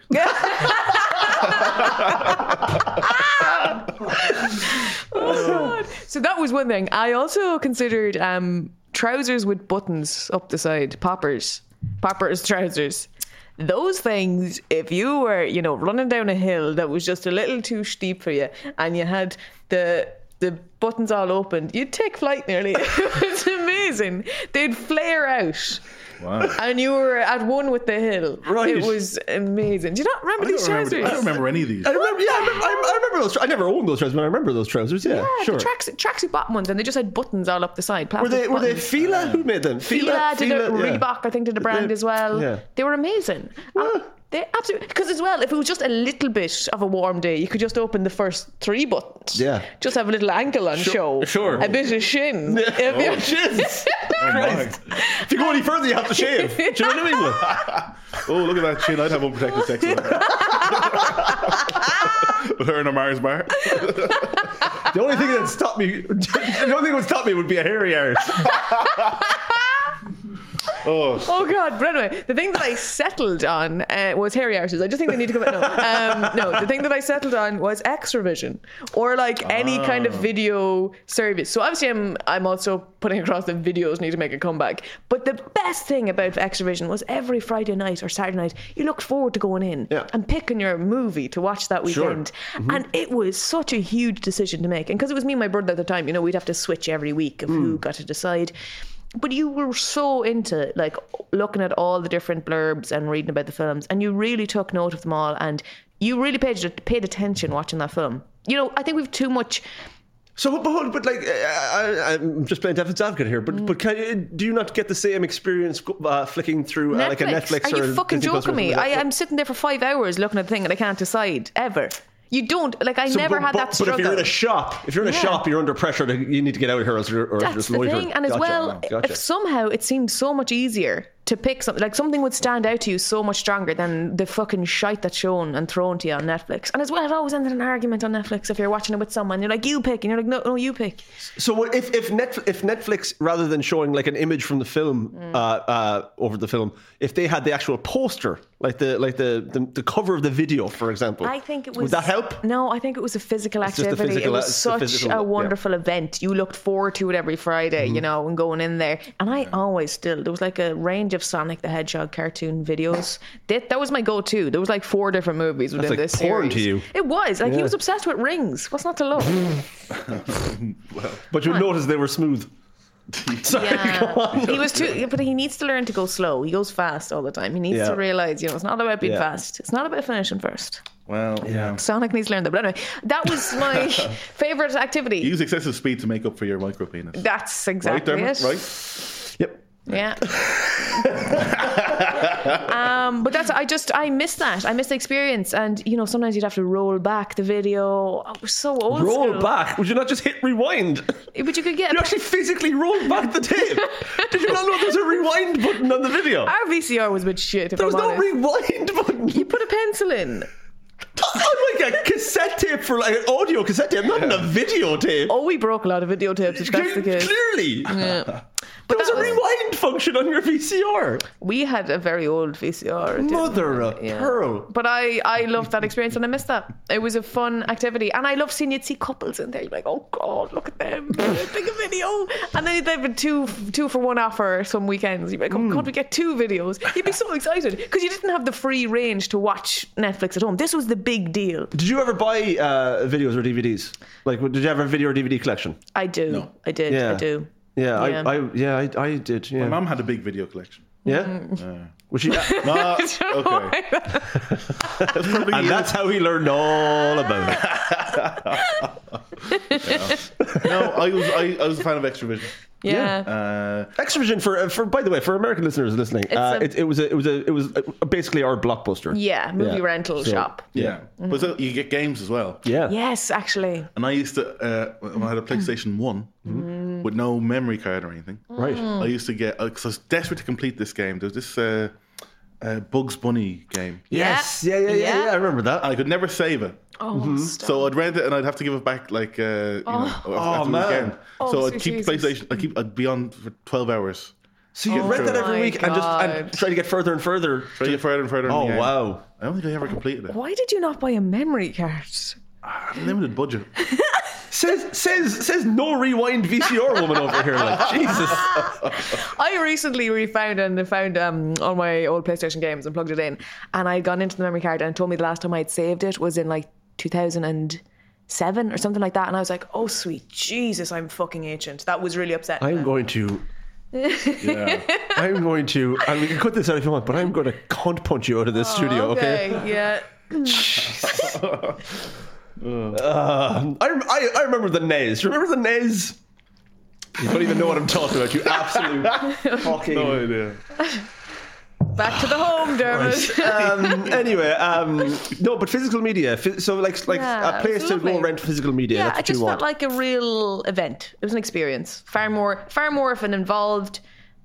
[SPEAKER 3] God. So that was one thing. I also considered um, trousers with buttons up the side, poppers, poppers trousers. Those things, if you were, you know, running down a hill that was just a little too steep for you, and you had the the buttons all open, you'd take flight nearly. it was amazing. They'd flare out.
[SPEAKER 1] Wow.
[SPEAKER 3] and you were at one with the hill.
[SPEAKER 2] Right.
[SPEAKER 3] It was amazing. Do you not remember
[SPEAKER 1] I don't
[SPEAKER 3] these
[SPEAKER 1] remember,
[SPEAKER 3] trousers?
[SPEAKER 1] I don't remember any of these.
[SPEAKER 2] I remember, yeah, I remember, I remember those. I never owned those trousers, but I remember those trousers. Yeah,
[SPEAKER 3] Yeah,
[SPEAKER 2] sure.
[SPEAKER 3] the tracks tracksuit bottom ones, and they just had buttons all up the side.
[SPEAKER 2] were
[SPEAKER 3] Plastic
[SPEAKER 2] they were they
[SPEAKER 3] buttons.
[SPEAKER 2] Fila? Who made them?
[SPEAKER 3] Fila did it.
[SPEAKER 2] yeah.
[SPEAKER 3] Reebok, I think, did a brand
[SPEAKER 2] They-
[SPEAKER 3] as well.
[SPEAKER 2] yeah.
[SPEAKER 3] They were amazing. And They absolutely because as well, if it was just a little bit of a warm day, you could just open the first three buttons.
[SPEAKER 2] Yeah.
[SPEAKER 3] just have a little ankle on show.
[SPEAKER 2] sure.
[SPEAKER 3] a bit of shin. If
[SPEAKER 2] Oh,
[SPEAKER 3] you-
[SPEAKER 2] jeez.
[SPEAKER 1] Oh, my.
[SPEAKER 2] Christ. If you go any further, you have to shave. Do you know what I mean? Like,
[SPEAKER 1] Oh, look at that chin. I'd have unprotected sex with her. with her in a Mars bar.
[SPEAKER 2] The only thing that stopped me, the only thing that would stop me would be a hairy arse.
[SPEAKER 1] Oh,
[SPEAKER 3] Oh God! But anyway, the thing that I settled on uh, was hairy arses. I just think they need to come out. No, um, no. The thing that I settled on was Extravision or like any kind of video service. So obviously, I'm I'm also putting across that videos need to make a comeback. But the best thing about Extravision was every Friday night or Saturday night, you looked forward to going in
[SPEAKER 2] Yeah.
[SPEAKER 3] and picking your movie to watch that
[SPEAKER 2] Sure. Mm-hmm.
[SPEAKER 3] weekend. And it was such a huge decision to make. And because it was me and my brother at the time, you know, we'd have to switch every week of
[SPEAKER 2] Mm.
[SPEAKER 3] who got to decide. But you were so into like looking at all the different blurbs and reading about the films, and you really took note of them all, and you really paid paid attention watching that film. You know, I think we've too much.
[SPEAKER 2] So, but, hold- but like, uh, I, I'm just playing devil's advocate here.
[SPEAKER 3] Mm.
[SPEAKER 2] But but can, you- do you not get the same experience uh, flicking through uh, like a Netflix?
[SPEAKER 3] Are
[SPEAKER 2] or
[SPEAKER 3] you fucking
[SPEAKER 2] Disney Plus or
[SPEAKER 3] joking me?
[SPEAKER 2] something
[SPEAKER 3] I,
[SPEAKER 2] like that?
[SPEAKER 3] I'm sitting there for five hours looking at the thing and I can't decide ever. You don't like. I
[SPEAKER 2] So,
[SPEAKER 3] never
[SPEAKER 2] but,
[SPEAKER 3] had
[SPEAKER 2] but,
[SPEAKER 3] that
[SPEAKER 2] But
[SPEAKER 3] struggle.
[SPEAKER 2] if you're in a shop, if you're in a
[SPEAKER 3] Yeah.
[SPEAKER 2] shop, you're under pressure. To, you need to get out of here, or, else you're- or
[SPEAKER 3] That's
[SPEAKER 2] just
[SPEAKER 3] the
[SPEAKER 2] loiter.
[SPEAKER 3] thing, and as
[SPEAKER 2] Gotcha.
[SPEAKER 3] well,
[SPEAKER 2] Gotcha.
[SPEAKER 3] if somehow it seemed so much easier to pick something, like something would stand out to you so much stronger than the fucking shite that's shown and thrown to you on Netflix. And as well, it always ended in an argument on Netflix if you're watching it with someone. You're like, you pick, and you're like, no, no, you pick.
[SPEAKER 2] So what- if if Netflix, if Netflix rather than showing like an image from the film
[SPEAKER 3] Mm.
[SPEAKER 2] uh, uh, over the film, if they had the actual poster, like the like the, the, the cover of the video, for example,
[SPEAKER 3] I think it was.
[SPEAKER 2] would that help?
[SPEAKER 3] No, I think it was a physical
[SPEAKER 2] just the
[SPEAKER 3] activity.
[SPEAKER 2] physical-
[SPEAKER 3] it was
[SPEAKER 2] it's the
[SPEAKER 3] such
[SPEAKER 2] physical, yeah. Mm-hmm.
[SPEAKER 3] a wonderful event. You looked forward to it every Friday, you know, and going in there. And I always still there was like a range of Sonic the Hedgehog cartoon videos. that that was my go-to. There was like four different movies within
[SPEAKER 2] like
[SPEAKER 3] this
[SPEAKER 2] porn
[SPEAKER 3] series.
[SPEAKER 2] to you.
[SPEAKER 3] It was like
[SPEAKER 2] Yeah.
[SPEAKER 3] he was obsessed with rings. What's not to love?
[SPEAKER 2] But you'll notice they were smooth. Sorry,
[SPEAKER 3] Yeah.
[SPEAKER 2] go on.
[SPEAKER 3] he was too, yeah, but he needs to learn to go slow. He goes fast all the time. He needs
[SPEAKER 2] Yeah.
[SPEAKER 3] to realize, you know, it's not about being
[SPEAKER 2] Yeah.
[SPEAKER 3] fast. It's not about finishing first.
[SPEAKER 1] well, yeah.
[SPEAKER 3] Sonic needs to learn that. But anyway, that was my favorite activity.
[SPEAKER 1] Use excessive speed to make up for your micro penis.
[SPEAKER 3] That's
[SPEAKER 1] Right,
[SPEAKER 3] exactly
[SPEAKER 1] Dermot?
[SPEAKER 3] it.
[SPEAKER 1] Right?
[SPEAKER 2] Yep.
[SPEAKER 3] Yeah. um, but that's I just I miss that. I miss the experience, and you know sometimes you'd have to roll back the video. Oh, it was so old.
[SPEAKER 2] Roll
[SPEAKER 3] school.
[SPEAKER 2] back. Would you not just hit rewind?
[SPEAKER 3] but you could get.
[SPEAKER 2] You actually physically rolled back the tape. Did you not know there's a rewind button on the video?
[SPEAKER 3] Our VCR was a bit shit. If
[SPEAKER 2] There was
[SPEAKER 3] I'm
[SPEAKER 2] no
[SPEAKER 3] honest.
[SPEAKER 2] rewind button.
[SPEAKER 3] you put a pencil in.
[SPEAKER 2] on like a cassette tape for like an audio cassette tape, not in a videotape.
[SPEAKER 3] Oh, we broke a lot of videotapes. If that's the
[SPEAKER 2] Cle-
[SPEAKER 3] case.
[SPEAKER 2] Clearly.
[SPEAKER 3] But
[SPEAKER 2] There was
[SPEAKER 3] that
[SPEAKER 2] a rewind function on your VCR.
[SPEAKER 3] we had a very old VCR. didn't
[SPEAKER 2] Mother of
[SPEAKER 3] Yeah.
[SPEAKER 2] pearl.
[SPEAKER 3] But I, I loved that experience and I missed that. It was a fun activity. And I love seeing you'd see couples in there. You're like, oh God, look at them. Take a video. And then they'd have a two, two for one offer some weekends. You'd be like, oh God, we get two videos. You'd be so excited because you didn't have the free range to watch Netflix at home. This was the big deal.
[SPEAKER 2] Did you ever buy uh, videos or DVDs? Like, did you have a video or DVD collection?
[SPEAKER 3] I do. I did.
[SPEAKER 2] Yeah.
[SPEAKER 3] I do.
[SPEAKER 2] Yeah,
[SPEAKER 3] Yeah.
[SPEAKER 2] I, I, yeah, I, I did. Yeah,
[SPEAKER 1] My mum had a big video collection.
[SPEAKER 2] yeah. Was she? uh,
[SPEAKER 1] No,
[SPEAKER 3] Don't
[SPEAKER 1] okay.
[SPEAKER 3] worry about it.
[SPEAKER 1] That's probably
[SPEAKER 2] and
[SPEAKER 1] you.
[SPEAKER 2] that's how he learned all about it.
[SPEAKER 1] No, I was, I, I was a fan of Extravision.
[SPEAKER 3] Yeah.
[SPEAKER 1] Uh,
[SPEAKER 2] Extravision for uh, for by the way for American listeners listening, uh,
[SPEAKER 3] a-
[SPEAKER 2] it, it was a, it was a, it was a, basically our blockbuster.
[SPEAKER 3] Yeah, movie
[SPEAKER 2] Yeah.
[SPEAKER 3] rental
[SPEAKER 2] So-
[SPEAKER 3] shop.
[SPEAKER 1] yeah. But so you get games as well.
[SPEAKER 2] Yeah.
[SPEAKER 3] Yes, actually.
[SPEAKER 1] And I used to, uh, when I had a PlayStation one
[SPEAKER 2] Mm.
[SPEAKER 1] with no memory card or anything,
[SPEAKER 2] Right.
[SPEAKER 1] I used to get because I was desperate to complete this game. There was this uh, uh, Bugs Bunny game,
[SPEAKER 2] Yes. Yeah. Yeah. Yeah. Yeah. I remember that.
[SPEAKER 1] and I could never save it.
[SPEAKER 3] Oh, stop.
[SPEAKER 1] So I'd rent it and I'd have to give it back like uh, you know after
[SPEAKER 2] Oh,
[SPEAKER 1] the
[SPEAKER 2] man.
[SPEAKER 1] weekend.
[SPEAKER 3] Oh,
[SPEAKER 1] so
[SPEAKER 3] sweet
[SPEAKER 1] I'd keep
[SPEAKER 3] Jesus.
[SPEAKER 1] PlayStation. I keep I'd be on for twelve hours.
[SPEAKER 2] So you
[SPEAKER 1] Oh
[SPEAKER 2] read that every
[SPEAKER 3] my
[SPEAKER 2] week and just and
[SPEAKER 3] God.
[SPEAKER 2] try to get further and further.
[SPEAKER 1] Try to get further and further. in
[SPEAKER 2] Oh
[SPEAKER 1] the game.
[SPEAKER 2] wow!
[SPEAKER 1] I don't think I ever completed it.
[SPEAKER 3] Why did you not buy a memory card?
[SPEAKER 1] Limited budget.
[SPEAKER 2] Says says says no rewind VCR woman over here. Like Jesus.
[SPEAKER 3] I recently refound and found um, all my old PlayStation games and plugged it in, and I gone into the memory card and it told me the last time I had saved it was in like 2007 or something like that, and I was like, oh sweet Jesus, I'm fucking ancient. That was really upsetting.
[SPEAKER 2] I'm going to
[SPEAKER 1] Yeah.
[SPEAKER 2] I'm going to, and we can cut this out if you want, but I'm going to cunt punch you out of this
[SPEAKER 3] Oh,
[SPEAKER 2] studio, okay?
[SPEAKER 3] Yeah.
[SPEAKER 2] Um, I, rem- I, I remember the Nez. Remember the Nez? You don't even know what I'm talking about, you absolute fucking.
[SPEAKER 1] no idea.
[SPEAKER 3] Back to the home, Dermot.
[SPEAKER 2] um, anyway, um, no, but physical media. Phy- So, like, like
[SPEAKER 3] Yeah,
[SPEAKER 2] a place
[SPEAKER 3] it's
[SPEAKER 2] to go
[SPEAKER 3] lovely.
[SPEAKER 2] rent physical media.
[SPEAKER 3] yeah,
[SPEAKER 2] that's
[SPEAKER 3] it
[SPEAKER 2] what
[SPEAKER 3] just
[SPEAKER 2] you want.
[SPEAKER 3] felt like a real event. It was an experience, far more, far more of an involved,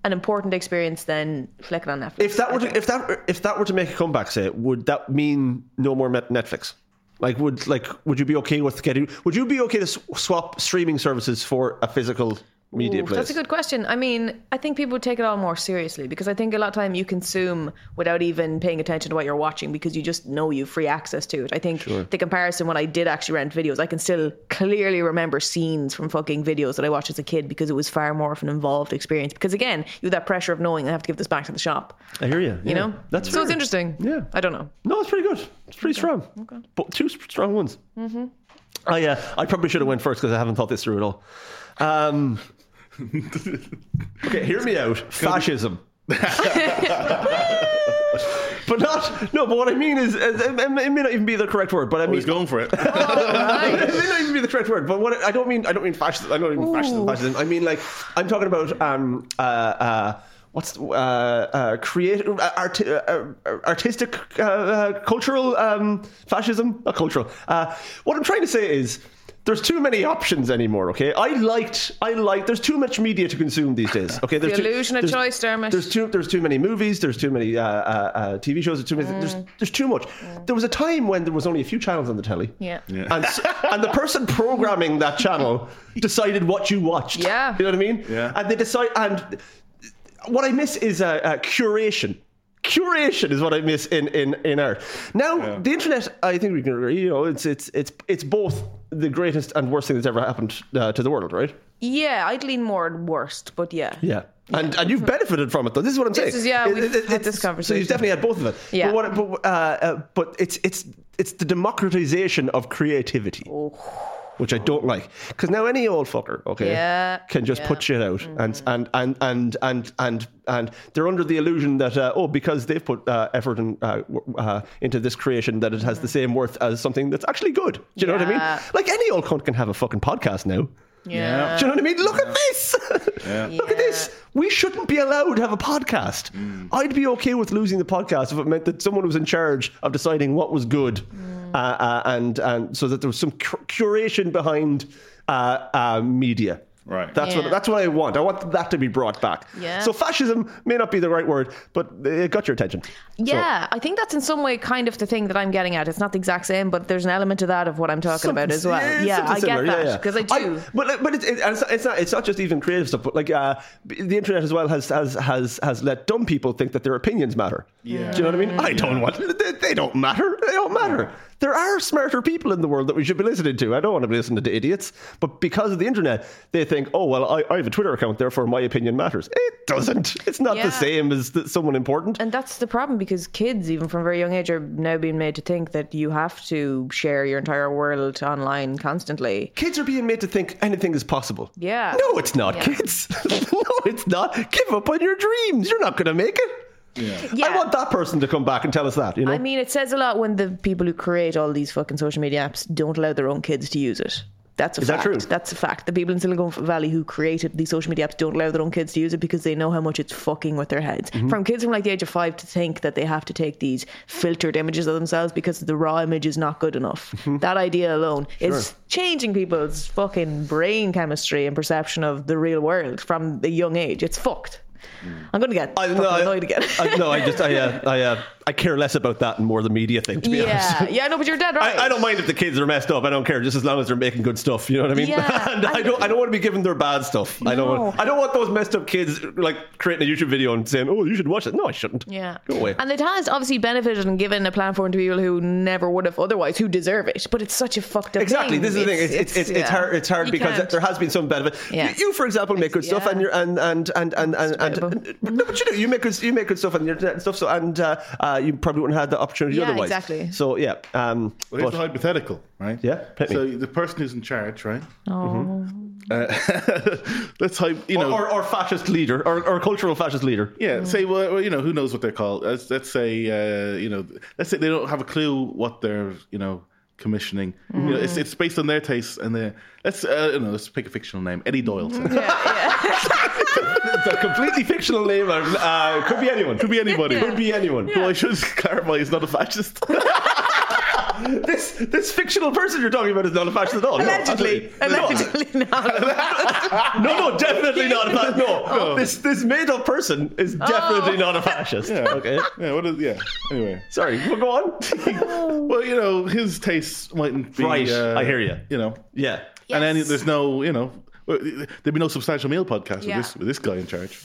[SPEAKER 3] an important experience than flicking on Netflix.
[SPEAKER 2] if that were
[SPEAKER 3] I
[SPEAKER 2] to,
[SPEAKER 3] think.
[SPEAKER 2] if that if that were to make a comeback, say, would that mean no more Met- Netflix? Like, would like would you be okay with getting? Would you be okay to s- swap streaming services for a physical media
[SPEAKER 3] Ooh,
[SPEAKER 2] place?
[SPEAKER 3] That's a good question. I mean, I think people would take it all more seriously because I think a lot of time you consume without even paying attention to what you're watching because you just know you've free access to it. I think the comparison when I did actually rent videos, I can still clearly remember scenes from fucking videos that I watched as a kid because it was far more of an involved experience. Because again, you have that pressure of knowing I have to give this back to the shop.
[SPEAKER 2] I hear you.
[SPEAKER 3] You know?
[SPEAKER 2] that's
[SPEAKER 3] so it's
[SPEAKER 2] fair.
[SPEAKER 3] interesting.
[SPEAKER 2] Yeah.
[SPEAKER 3] I don't know.
[SPEAKER 2] No, it's pretty good. It's pretty strong. Okay. But two s- strong ones. Mm-hmm. I uh, I probably should have went first because I haven't thought this through at all. Um, okay, hear me out. Fascism. but not no. But what I mean is, is it, it may not even be the correct word. But I mean,
[SPEAKER 1] Oh, He's going for
[SPEAKER 2] Oh,
[SPEAKER 1] it.
[SPEAKER 3] Oh,
[SPEAKER 2] it may not even be the correct word, but what I don't mean, I don't mean fascism. I don't mean fascism. Fascism. I mean like I'm talking about um uh uh what's uh uh create uh, art, uh, uh, artistic uh, uh, cultural um fascism not cultural. Uh, what I'm trying to say is. There's too many options anymore. Okay, I liked, I liked. There's too much media to consume these days. Okay, there's
[SPEAKER 3] The
[SPEAKER 2] too-
[SPEAKER 3] illusion of
[SPEAKER 2] there's-
[SPEAKER 3] choice, Dermot.
[SPEAKER 2] There's too, there's too many movies. There's too many uh, uh, uh, TV shows. There's too many. There's,
[SPEAKER 3] Mm.
[SPEAKER 2] there's too much. There was a time when there was only a few channels on the telly.
[SPEAKER 3] Yeah.
[SPEAKER 1] Yeah.
[SPEAKER 2] And, s- and the person programming that channel decided what you watched.
[SPEAKER 3] Yeah.
[SPEAKER 2] You know what I mean?
[SPEAKER 1] Yeah.
[SPEAKER 2] And they decide, and what I miss is uh, uh, curation. Curation is what I miss in in, in art. Now
[SPEAKER 1] Yeah.
[SPEAKER 2] the internet, I think we can agree. You know, it's it's it's it's both the greatest and worst thing that's ever happened uh, to the world, right?
[SPEAKER 3] Yeah, I'd lean more worst, but yeah.
[SPEAKER 2] Yeah. And, and you've benefited from it though. This is what I'm saying.
[SPEAKER 3] is- yeah, we've had
[SPEAKER 2] it's-
[SPEAKER 3] this
[SPEAKER 2] So you've
[SPEAKER 3] conversation.
[SPEAKER 2] definitely had both of it.
[SPEAKER 3] Yeah.
[SPEAKER 2] But, what, but, uh, uh, but it's it's it's the democratization of creativity, which I don't like. Because now any old fucker, okay,
[SPEAKER 3] Yeah, Mm-hmm.
[SPEAKER 2] can just put shit out, and, and and and and and and they're under the illusion that uh, oh, because they've put uh, effort in, uh, w- uh, into this creation, that it has the same worth as something that's actually good. Do you know what I
[SPEAKER 3] Mm-hmm. Yeah.
[SPEAKER 2] mean? Like any old cunt can have a fucking podcast now.
[SPEAKER 1] Yeah.
[SPEAKER 2] Do you know what I mean? Look at this. Look at this. We shouldn't be allowed to have a podcast.
[SPEAKER 1] Mm.
[SPEAKER 2] I'd be okay with losing the podcast if it meant that someone was in charge of deciding what was good,
[SPEAKER 1] Mm.
[SPEAKER 2] uh, uh, and and so that there was some cur- curation behind uh, uh, media.
[SPEAKER 1] Right.
[SPEAKER 2] That's what
[SPEAKER 3] Yeah.
[SPEAKER 2] that's what I want. I want that to be brought back.
[SPEAKER 3] Yeah.
[SPEAKER 2] So fascism may not be the right word, but it got your attention. So-
[SPEAKER 3] Yeah, I think that's in some way kind of the thing that I'm getting at. It's not the exact same, but there's an element to that of what I'm talking about
[SPEAKER 2] Something-
[SPEAKER 3] as well.
[SPEAKER 2] yeah,
[SPEAKER 3] Yeah,
[SPEAKER 2] something
[SPEAKER 3] I get
[SPEAKER 2] similar, yeah, yeah.
[SPEAKER 3] that because I do.
[SPEAKER 2] but but it's, it, it's, not- it's not it's not just even creative stuff. But like uh, the internet as well has has has has let dumb people think that their opinions matter.
[SPEAKER 1] Yeah.
[SPEAKER 2] Do you know what I mean? I don't want they, they don't matter. They don't matter. There are smarter people in the world that we should be listening to. I don't want to be listening to idiots. But because of the internet, they think, oh well, I, I have a Twitter account, therefore my opinion matters. It doesn't. It's not
[SPEAKER 3] Yeah.
[SPEAKER 2] the same as th- someone important.
[SPEAKER 3] and that's the problem because kids, even from a very young age, are now being made to think that you have to share your entire world online constantly.
[SPEAKER 2] Kids are being made to think anything is possible.
[SPEAKER 3] Yeah.
[SPEAKER 2] No, it's not,
[SPEAKER 3] Yeah.
[SPEAKER 2] kids. no, it's not. Give up on your dreams. You're not going to make it.
[SPEAKER 1] Yeah.
[SPEAKER 2] I
[SPEAKER 3] Yeah.
[SPEAKER 2] want that person to come back and tell us that, you know?
[SPEAKER 3] I mean, it says a lot when the people who create all these fucking social media apps don't allow their own kids to use it. That's a
[SPEAKER 2] Is that
[SPEAKER 3] fact.
[SPEAKER 2] true?
[SPEAKER 3] That's a fact. The people in Silicon Valley who created these social media apps don't allow their own kids to use it because they know how much it's fucking with their heads.
[SPEAKER 2] Mm-hmm.
[SPEAKER 3] From kids from like the age of five to think that they have to take these filtered images of themselves because the raw image is not good enough.
[SPEAKER 2] Mm-hmm.
[SPEAKER 3] That idea alone is changing people's fucking brain chemistry and perception of the real world from a young age. It's fucked. I'm gonna get fucking annoyed again.
[SPEAKER 2] Mm. I, no, I just, I, uh, I, uh, I care less about that and more the media thing, to be
[SPEAKER 3] yeah,
[SPEAKER 2] honest.
[SPEAKER 3] yeah, no, but you're dead right.
[SPEAKER 2] I, I don't mind if the kids are messed up. I don't care, just as long as they're making good stuff. You know what I mean?
[SPEAKER 3] Yeah,
[SPEAKER 2] and I,
[SPEAKER 3] I-
[SPEAKER 2] don't. I don't want to be given their bad stuff. I don't. Want,
[SPEAKER 3] No.
[SPEAKER 2] I don't want those messed up kids like creating a YouTube video and saying, "Oh, you should watch it." No, I shouldn't.
[SPEAKER 3] Yeah.
[SPEAKER 2] Go away.
[SPEAKER 3] And it has obviously benefited and given a platform to people who never would have otherwise, who deserve it. But it's such a fucked up
[SPEAKER 2] Exactly.
[SPEAKER 3] thing.
[SPEAKER 2] This is the thing. It's it's, it's, it's
[SPEAKER 3] yeah.
[SPEAKER 2] hard. It's hard
[SPEAKER 3] You
[SPEAKER 2] because
[SPEAKER 3] can't.
[SPEAKER 2] there has been some benefit.
[SPEAKER 3] Yeah.
[SPEAKER 2] You, you, for example, make good stuff, and
[SPEAKER 3] yeah.
[SPEAKER 2] you're and and and and and, and,
[SPEAKER 3] debatable.
[SPEAKER 2] no, but you do. You make good. You make good stuff on the internet and stuff. So and uh, uh, you probably wouldn't have had the opportunity
[SPEAKER 3] Yeah,
[SPEAKER 2] otherwise.
[SPEAKER 3] exactly.
[SPEAKER 2] So yeah. Um,
[SPEAKER 1] Well, here's a
[SPEAKER 2] but,
[SPEAKER 1] hypothetical, right?
[SPEAKER 2] Yeah, hit me. Mm.
[SPEAKER 1] So the person who's in charge, right?
[SPEAKER 2] Mm-hmm.
[SPEAKER 3] Oh.
[SPEAKER 1] Uh, let's hype, you know.
[SPEAKER 2] or, or fascist leader, or, or cultural fascist leader.
[SPEAKER 1] yeah, say well, well, you know who knows what they're called. Let's, let's say uh, you know, let's say they don't have a clue what they're you know commissioning. You know, it's it's based on their tastes and their. Let's uh, you know, let's pick a fictional name, Eddie Doyle.
[SPEAKER 3] Mm-hmm. yeah,
[SPEAKER 2] It's a completely fictional name. Uh, could be anyone.
[SPEAKER 1] Could be anybody.
[SPEAKER 2] Could be anyone.
[SPEAKER 1] Who I should clarify is not a fascist.
[SPEAKER 2] This this fictional person you're talking about is not a fascist at all. No,
[SPEAKER 3] allegedly,
[SPEAKER 2] absolutely. No.
[SPEAKER 3] allegedly not.
[SPEAKER 2] No, no, definitely not a fascist. No, this this made up person is definitely not a fascist. Okay,
[SPEAKER 1] yeah, what is, yeah. Anyway,
[SPEAKER 2] sorry. Well, go on.
[SPEAKER 1] well, you know, his tastes mightn't be.
[SPEAKER 2] Right,
[SPEAKER 1] uh,
[SPEAKER 2] I hear ya.
[SPEAKER 1] You know,
[SPEAKER 2] yeah.
[SPEAKER 1] and then
[SPEAKER 3] Yes.
[SPEAKER 1] there's no, you know, there'd be no substantial meal podcast
[SPEAKER 3] Yeah.
[SPEAKER 1] with this with this guy in charge.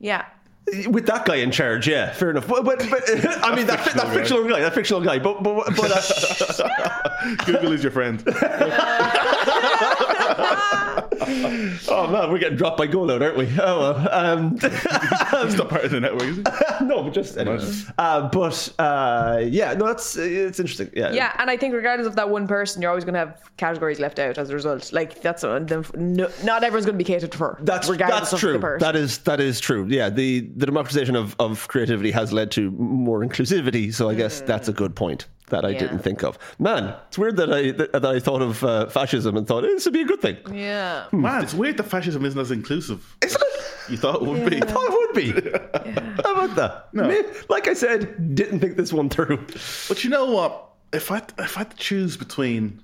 [SPEAKER 3] Yeah.
[SPEAKER 2] with that guy in charge, yeah, fair enough. But, but, but I mean that,
[SPEAKER 1] fictional
[SPEAKER 2] that fictional guy, that fictional guy. But but but uh,
[SPEAKER 1] Google is your friend.
[SPEAKER 2] oh man, we're getting dropped by goal out, aren't we? Oh well. Um,
[SPEAKER 1] It's not part of the network, is it?
[SPEAKER 2] no, but just anyway. Uh, but uh, yeah, no, that's it's interesting. Yeah,
[SPEAKER 3] Yeah, and I think regardless of that one person, you're always going to have categories left out as a result. Like that's uh, the- no, not everyone's going to be catered for.
[SPEAKER 2] That's
[SPEAKER 3] regardless
[SPEAKER 2] that's
[SPEAKER 3] of
[SPEAKER 2] true.
[SPEAKER 3] The person.
[SPEAKER 2] That is that is true. Yeah, the the democratization of of creativity has led to more inclusivity. So I guess that's a good point that I
[SPEAKER 3] Yeah.
[SPEAKER 2] didn't think of. Man, it's weird that I that, that I thought of uh, fascism and thought "Eh, this would be a good thing.
[SPEAKER 3] yeah.
[SPEAKER 1] Man, it's weird that fascism isn't as inclusive.
[SPEAKER 2] Isn't it?
[SPEAKER 1] You thought it would be.
[SPEAKER 2] I thought Oh, it would be. How about that? Maybe- like I said, didn't think this one through.
[SPEAKER 1] But you know what? If I if I had to choose between,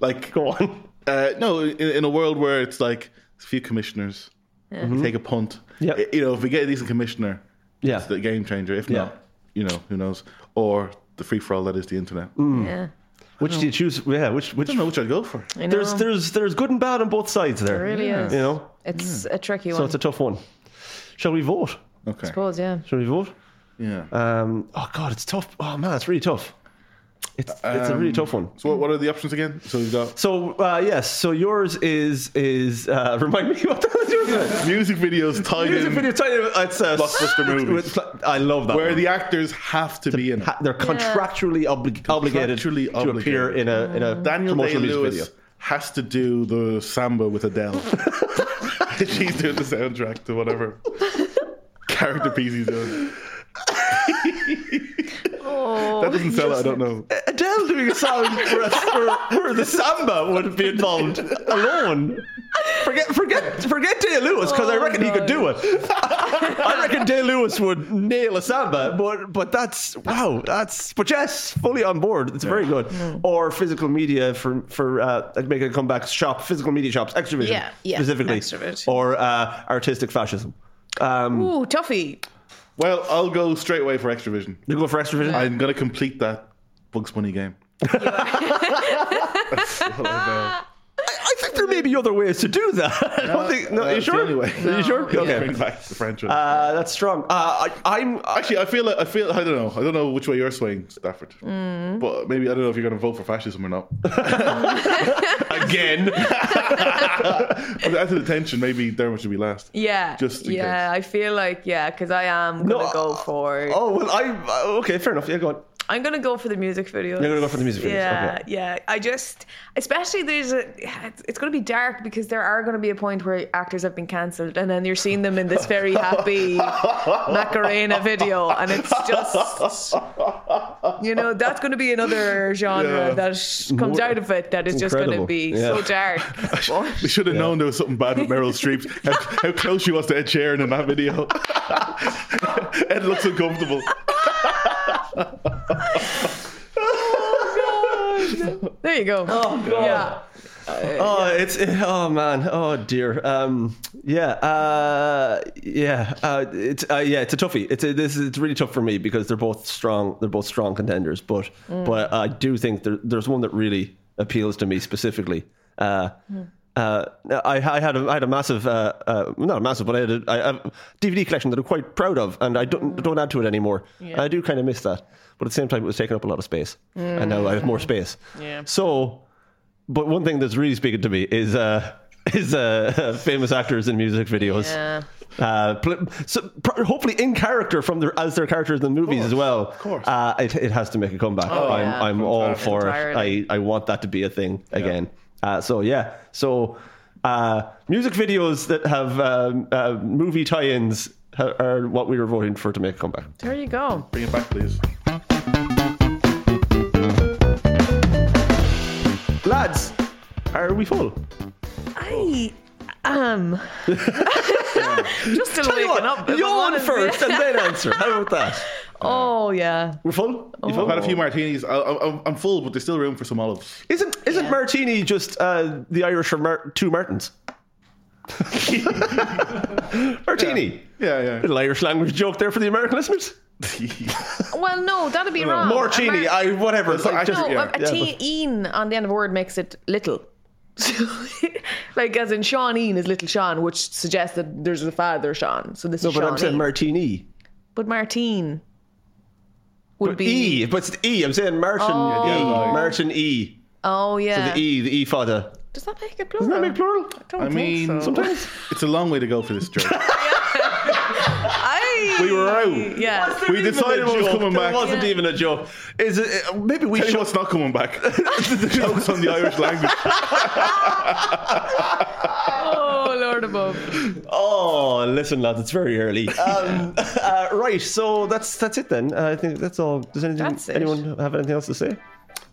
[SPEAKER 1] like,
[SPEAKER 2] Go on.
[SPEAKER 1] uh, no, in, in a world where it's like a few commissioners, we take a punt.
[SPEAKER 2] Yep.
[SPEAKER 1] I- You know, if we get a decent commissioner,
[SPEAKER 2] Yeah.
[SPEAKER 1] it's the game changer. If
[SPEAKER 2] Yeah.
[SPEAKER 1] not, you know, who knows? Or the free for all that is the internet.
[SPEAKER 2] Hmm.
[SPEAKER 3] Yeah.
[SPEAKER 2] Which do you choose? Yeah, which which
[SPEAKER 1] I don't know which I'd go for.
[SPEAKER 3] I oh. know.
[SPEAKER 2] there's there's there's good and bad on both sides there.
[SPEAKER 3] It really is.
[SPEAKER 2] You know,
[SPEAKER 3] It's a tricky
[SPEAKER 2] so
[SPEAKER 3] one.
[SPEAKER 2] it's a tough one. Shall we vote?
[SPEAKER 3] I
[SPEAKER 1] Okay.
[SPEAKER 3] suppose, yeah.
[SPEAKER 2] Shall we vote?
[SPEAKER 1] Yeah.
[SPEAKER 2] Um, oh god, it's tough. Oh man, it's really tough. It's it's a really
[SPEAKER 1] Um,
[SPEAKER 2] tough one.
[SPEAKER 1] so what, what are the options again? So we've got
[SPEAKER 2] So uh, yes, so yours is is uh, remind me what that is yours. is.
[SPEAKER 1] music videos tied
[SPEAKER 2] Music
[SPEAKER 1] in
[SPEAKER 2] video title. It's uh,
[SPEAKER 1] Blockbuster
[SPEAKER 2] with-
[SPEAKER 1] movies.
[SPEAKER 2] with- I love that.
[SPEAKER 1] where
[SPEAKER 2] one.
[SPEAKER 1] the actors have to be in. it.
[SPEAKER 2] Ha- they're contractually obli- obligated
[SPEAKER 1] Contractually
[SPEAKER 2] to appear
[SPEAKER 1] obligated.
[SPEAKER 2] in a in a
[SPEAKER 1] Daniel Day
[SPEAKER 2] promotional music video.
[SPEAKER 1] Lewis has to do the samba with Adele. She's doing the soundtrack to whatever character piece he's doing. that doesn't sell it, I don't know.
[SPEAKER 2] Adele doing a sound where, where, where the samba would be involved alone. Forget, forget, forget Day Lewis because I
[SPEAKER 3] Oh,
[SPEAKER 2] reckon he could
[SPEAKER 3] God.
[SPEAKER 2] do it. I reckon Day Lewis would nail a samba, but but that's wow, that's but yes, fully on board. It's very good. Or physical media for for uh, like making a comeback shop, physical media shops, extravision
[SPEAKER 3] Yeah, yeah,
[SPEAKER 2] specifically,
[SPEAKER 3] Extravision.
[SPEAKER 2] or uh, artistic fascism. Um,
[SPEAKER 3] Ooh, toughy.
[SPEAKER 1] Well, I'll go straight away for Extravision.
[SPEAKER 2] you go for extravision.
[SPEAKER 1] I'm going to complete that Bugs Bunny game. That's all I know.
[SPEAKER 2] I think there may be other ways to do that. I don't think. No,
[SPEAKER 1] uh,
[SPEAKER 2] you
[SPEAKER 1] it's the
[SPEAKER 2] sure?
[SPEAKER 1] only way.
[SPEAKER 2] You sure? Okay.
[SPEAKER 1] Bring back the franchise.
[SPEAKER 2] Uh, that's strong. Uh, I, I'm. I,
[SPEAKER 1] Actually, I feel like I feel I don't know. I don't know which way you're swaying, Stafford. But maybe I don't know if you're going to vote for fascism or not.
[SPEAKER 2] again.
[SPEAKER 1] But after the tension, maybe Dermot should be last.
[SPEAKER 3] Yeah.
[SPEAKER 1] Just in
[SPEAKER 3] yeah, I feel like, yeah, because I am going to
[SPEAKER 2] No,
[SPEAKER 3] go for.
[SPEAKER 2] oh well, I uh, okay. Fair enough. Yeah, go on.
[SPEAKER 3] I'm gonna go for the music video.
[SPEAKER 2] You're gonna go for the music videos,
[SPEAKER 3] Yeah,
[SPEAKER 2] okay.
[SPEAKER 3] yeah. I just, especially there's a, it's, it's gonna be dark because there are gonna be a point where actors have been cancelled, and then you're seeing them in this very happy Macarena video, and it's just, you know, that's gonna be another genre
[SPEAKER 1] Yeah.
[SPEAKER 3] that comes
[SPEAKER 2] More-
[SPEAKER 3] out of it that is just gonna
[SPEAKER 2] Incredible.
[SPEAKER 3] be
[SPEAKER 2] Yeah.
[SPEAKER 3] so dark.
[SPEAKER 1] We should have known there was something bad with Meryl Streep. How, how close she was to Ed Sheeran in that video. Ed looks uncomfortable.
[SPEAKER 3] there you go. Oh god. Yeah.
[SPEAKER 2] Oh, it's oh man. Oh dear. Um. Yeah. Uh. Yeah. Uh. It's uh, yeah. It's a toughie. It's a, this. Is, it's really tough for me because they're both strong. They're both strong contenders. But
[SPEAKER 3] Mm.
[SPEAKER 2] but I do think there, there's one that really appeals to me specifically. Uh.
[SPEAKER 3] Hmm.
[SPEAKER 2] Uh, I, I had a, I had a massive, uh, uh, not a massive, but I had a, I, a DVD collection that I'm quite proud of, and I don't don't add to it anymore.
[SPEAKER 3] Yeah. Mm.
[SPEAKER 2] I do kind of miss that, but at the same time, it was taking up a lot of space, and now I have more space.
[SPEAKER 3] Yeah.
[SPEAKER 2] So but one thing that's really speaking to me is uh, is uh, famous actors in music videos.
[SPEAKER 3] Yeah.
[SPEAKER 2] Uh, pl- so pr- hopefully in character from their as their characters in the movies as well. Of
[SPEAKER 1] course.
[SPEAKER 2] uh, it, it has to make a comeback. I'm
[SPEAKER 3] Oh, yeah.
[SPEAKER 2] I'm all for
[SPEAKER 3] Entirely.
[SPEAKER 2] it. I, I want that to be a thing again. Uh, so yeah, so uh, music videos that have um, uh, movie tie-ins ha- are what we were voting for to make a comeback.
[SPEAKER 3] There you go.
[SPEAKER 1] Bring it back, please.
[SPEAKER 2] Lads, are we full?
[SPEAKER 3] I um, am just still
[SPEAKER 2] Tell you
[SPEAKER 3] waking
[SPEAKER 2] what,
[SPEAKER 3] up. if I'm
[SPEAKER 2] yawn
[SPEAKER 3] honest.
[SPEAKER 2] first and then answer. How about that?
[SPEAKER 3] Oh yeah.
[SPEAKER 2] We're full. You
[SPEAKER 1] I've
[SPEAKER 2] full?
[SPEAKER 1] had a few martinis. I, I, I'm- I'm full, but there's still room for some olives.
[SPEAKER 2] Isn't isn't
[SPEAKER 3] Yeah.
[SPEAKER 2] martini just uh, the Irish for Mar- two Martins? martini.
[SPEAKER 1] Yeah, yeah.
[SPEAKER 2] Little Irish language joke there for the American listeners.
[SPEAKER 3] Well, no, that'd be wrong.
[SPEAKER 2] Martini,
[SPEAKER 3] Amar-
[SPEAKER 2] I whatever.
[SPEAKER 1] It's like
[SPEAKER 2] Like, just-
[SPEAKER 1] I-
[SPEAKER 3] no,
[SPEAKER 1] yeah,
[SPEAKER 3] a
[SPEAKER 2] yeah,
[SPEAKER 3] T een on the end of a word makes it little. So, like as in Sean Ean is little Sean, which suggests that there's a father Sean. So this
[SPEAKER 2] no,
[SPEAKER 3] is
[SPEAKER 2] but
[SPEAKER 3] Sean.
[SPEAKER 2] I'm saying
[SPEAKER 3] Ean.
[SPEAKER 2] martini.
[SPEAKER 3] but Martine would
[SPEAKER 2] But
[SPEAKER 3] be.
[SPEAKER 2] E, but it's E. I'm saying Martin
[SPEAKER 3] Oh.
[SPEAKER 2] E.
[SPEAKER 1] Yeah, yeah, yeah.
[SPEAKER 2] Martin E.
[SPEAKER 3] Oh yeah.
[SPEAKER 2] The E, the E father.
[SPEAKER 3] Does that make it plural?
[SPEAKER 2] Isn't that make plural?
[SPEAKER 3] don't
[SPEAKER 1] I
[SPEAKER 3] think
[SPEAKER 1] mean,
[SPEAKER 3] so.
[SPEAKER 1] it's a long way to go for this joke.
[SPEAKER 3] I.
[SPEAKER 1] We were out.
[SPEAKER 3] Yeah.
[SPEAKER 1] We decided what was coming
[SPEAKER 2] There
[SPEAKER 1] back.
[SPEAKER 2] wasn't
[SPEAKER 3] Yeah.
[SPEAKER 2] even a joke. Is it? uh, Maybe we
[SPEAKER 1] Tell you
[SPEAKER 2] should.
[SPEAKER 1] what's not coming back. the jokes on the Irish language.
[SPEAKER 3] Oh Lord above.
[SPEAKER 2] Oh, listen, lads, it's very early. Um, uh, right, so that's that's it then. Uh, I think that's all. Does anything,
[SPEAKER 3] That's it.
[SPEAKER 2] anyone have anything else to say?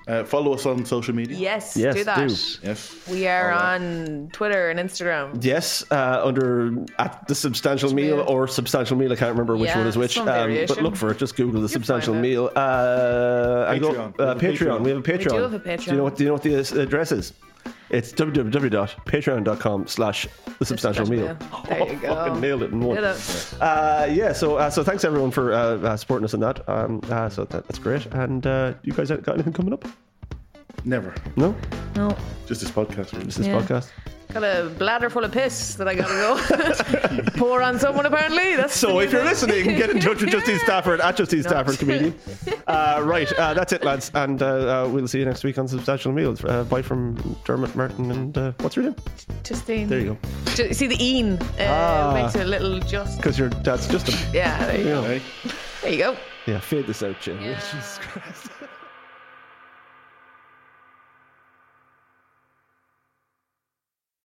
[SPEAKER 1] Uh, follow us on social media.
[SPEAKER 3] Yes.
[SPEAKER 2] Yes,
[SPEAKER 3] do that.
[SPEAKER 2] do.
[SPEAKER 1] Yes.
[SPEAKER 3] We are
[SPEAKER 2] Oh,
[SPEAKER 1] All right.
[SPEAKER 3] on Twitter and Instagram.
[SPEAKER 2] Yes, uh, under at the substantial meal
[SPEAKER 3] weird.
[SPEAKER 2] or substantial meal. I can't remember which
[SPEAKER 3] Yeah,
[SPEAKER 2] one is which. um,
[SPEAKER 3] some
[SPEAKER 2] but
[SPEAKER 3] variation.
[SPEAKER 2] look for it. Just Google the substantial
[SPEAKER 3] find it.
[SPEAKER 2] meal. Uh, and go-
[SPEAKER 1] Patreon.
[SPEAKER 2] uh,
[SPEAKER 1] We have a
[SPEAKER 2] Patreon.
[SPEAKER 1] Patreon.
[SPEAKER 2] We have a Patreon. Do you
[SPEAKER 3] do have a
[SPEAKER 2] know what? Do you know what the uh, address is? It's www.patreon.com/slash the substantial meal.
[SPEAKER 3] There you go.
[SPEAKER 2] Oh, Fucking nailed it in one.
[SPEAKER 3] Did it.
[SPEAKER 2] Uh, yeah, so uh, so thanks everyone for uh, uh, supporting us in that. Um, uh, so that, that's great. And uh, you guys got anything coming up?
[SPEAKER 1] Never.
[SPEAKER 2] No,
[SPEAKER 3] No.
[SPEAKER 1] Just this podcast.
[SPEAKER 2] just this
[SPEAKER 3] Yeah.
[SPEAKER 2] podcast.
[SPEAKER 3] Got a bladder full of piss that I gotta go pour on someone apparently. That's
[SPEAKER 2] So if you're listening, get in touch with Justine Stafford at Justine Stafford comedian. Uh, right, uh, that's it, lads, and uh, uh, we'll see you next week on Substantial Meals. Uh, bye from Dermot Martin and uh, what's your name?
[SPEAKER 3] Justine.
[SPEAKER 2] There you go,
[SPEAKER 3] Ju- See the een uh,
[SPEAKER 2] Ah.
[SPEAKER 3] makes it a little just.
[SPEAKER 2] because your dad's Justin.
[SPEAKER 3] Yeah. There you go.
[SPEAKER 1] Okay.
[SPEAKER 3] There you go.
[SPEAKER 2] Yeah, fade this out, Jim. Jesus Christ.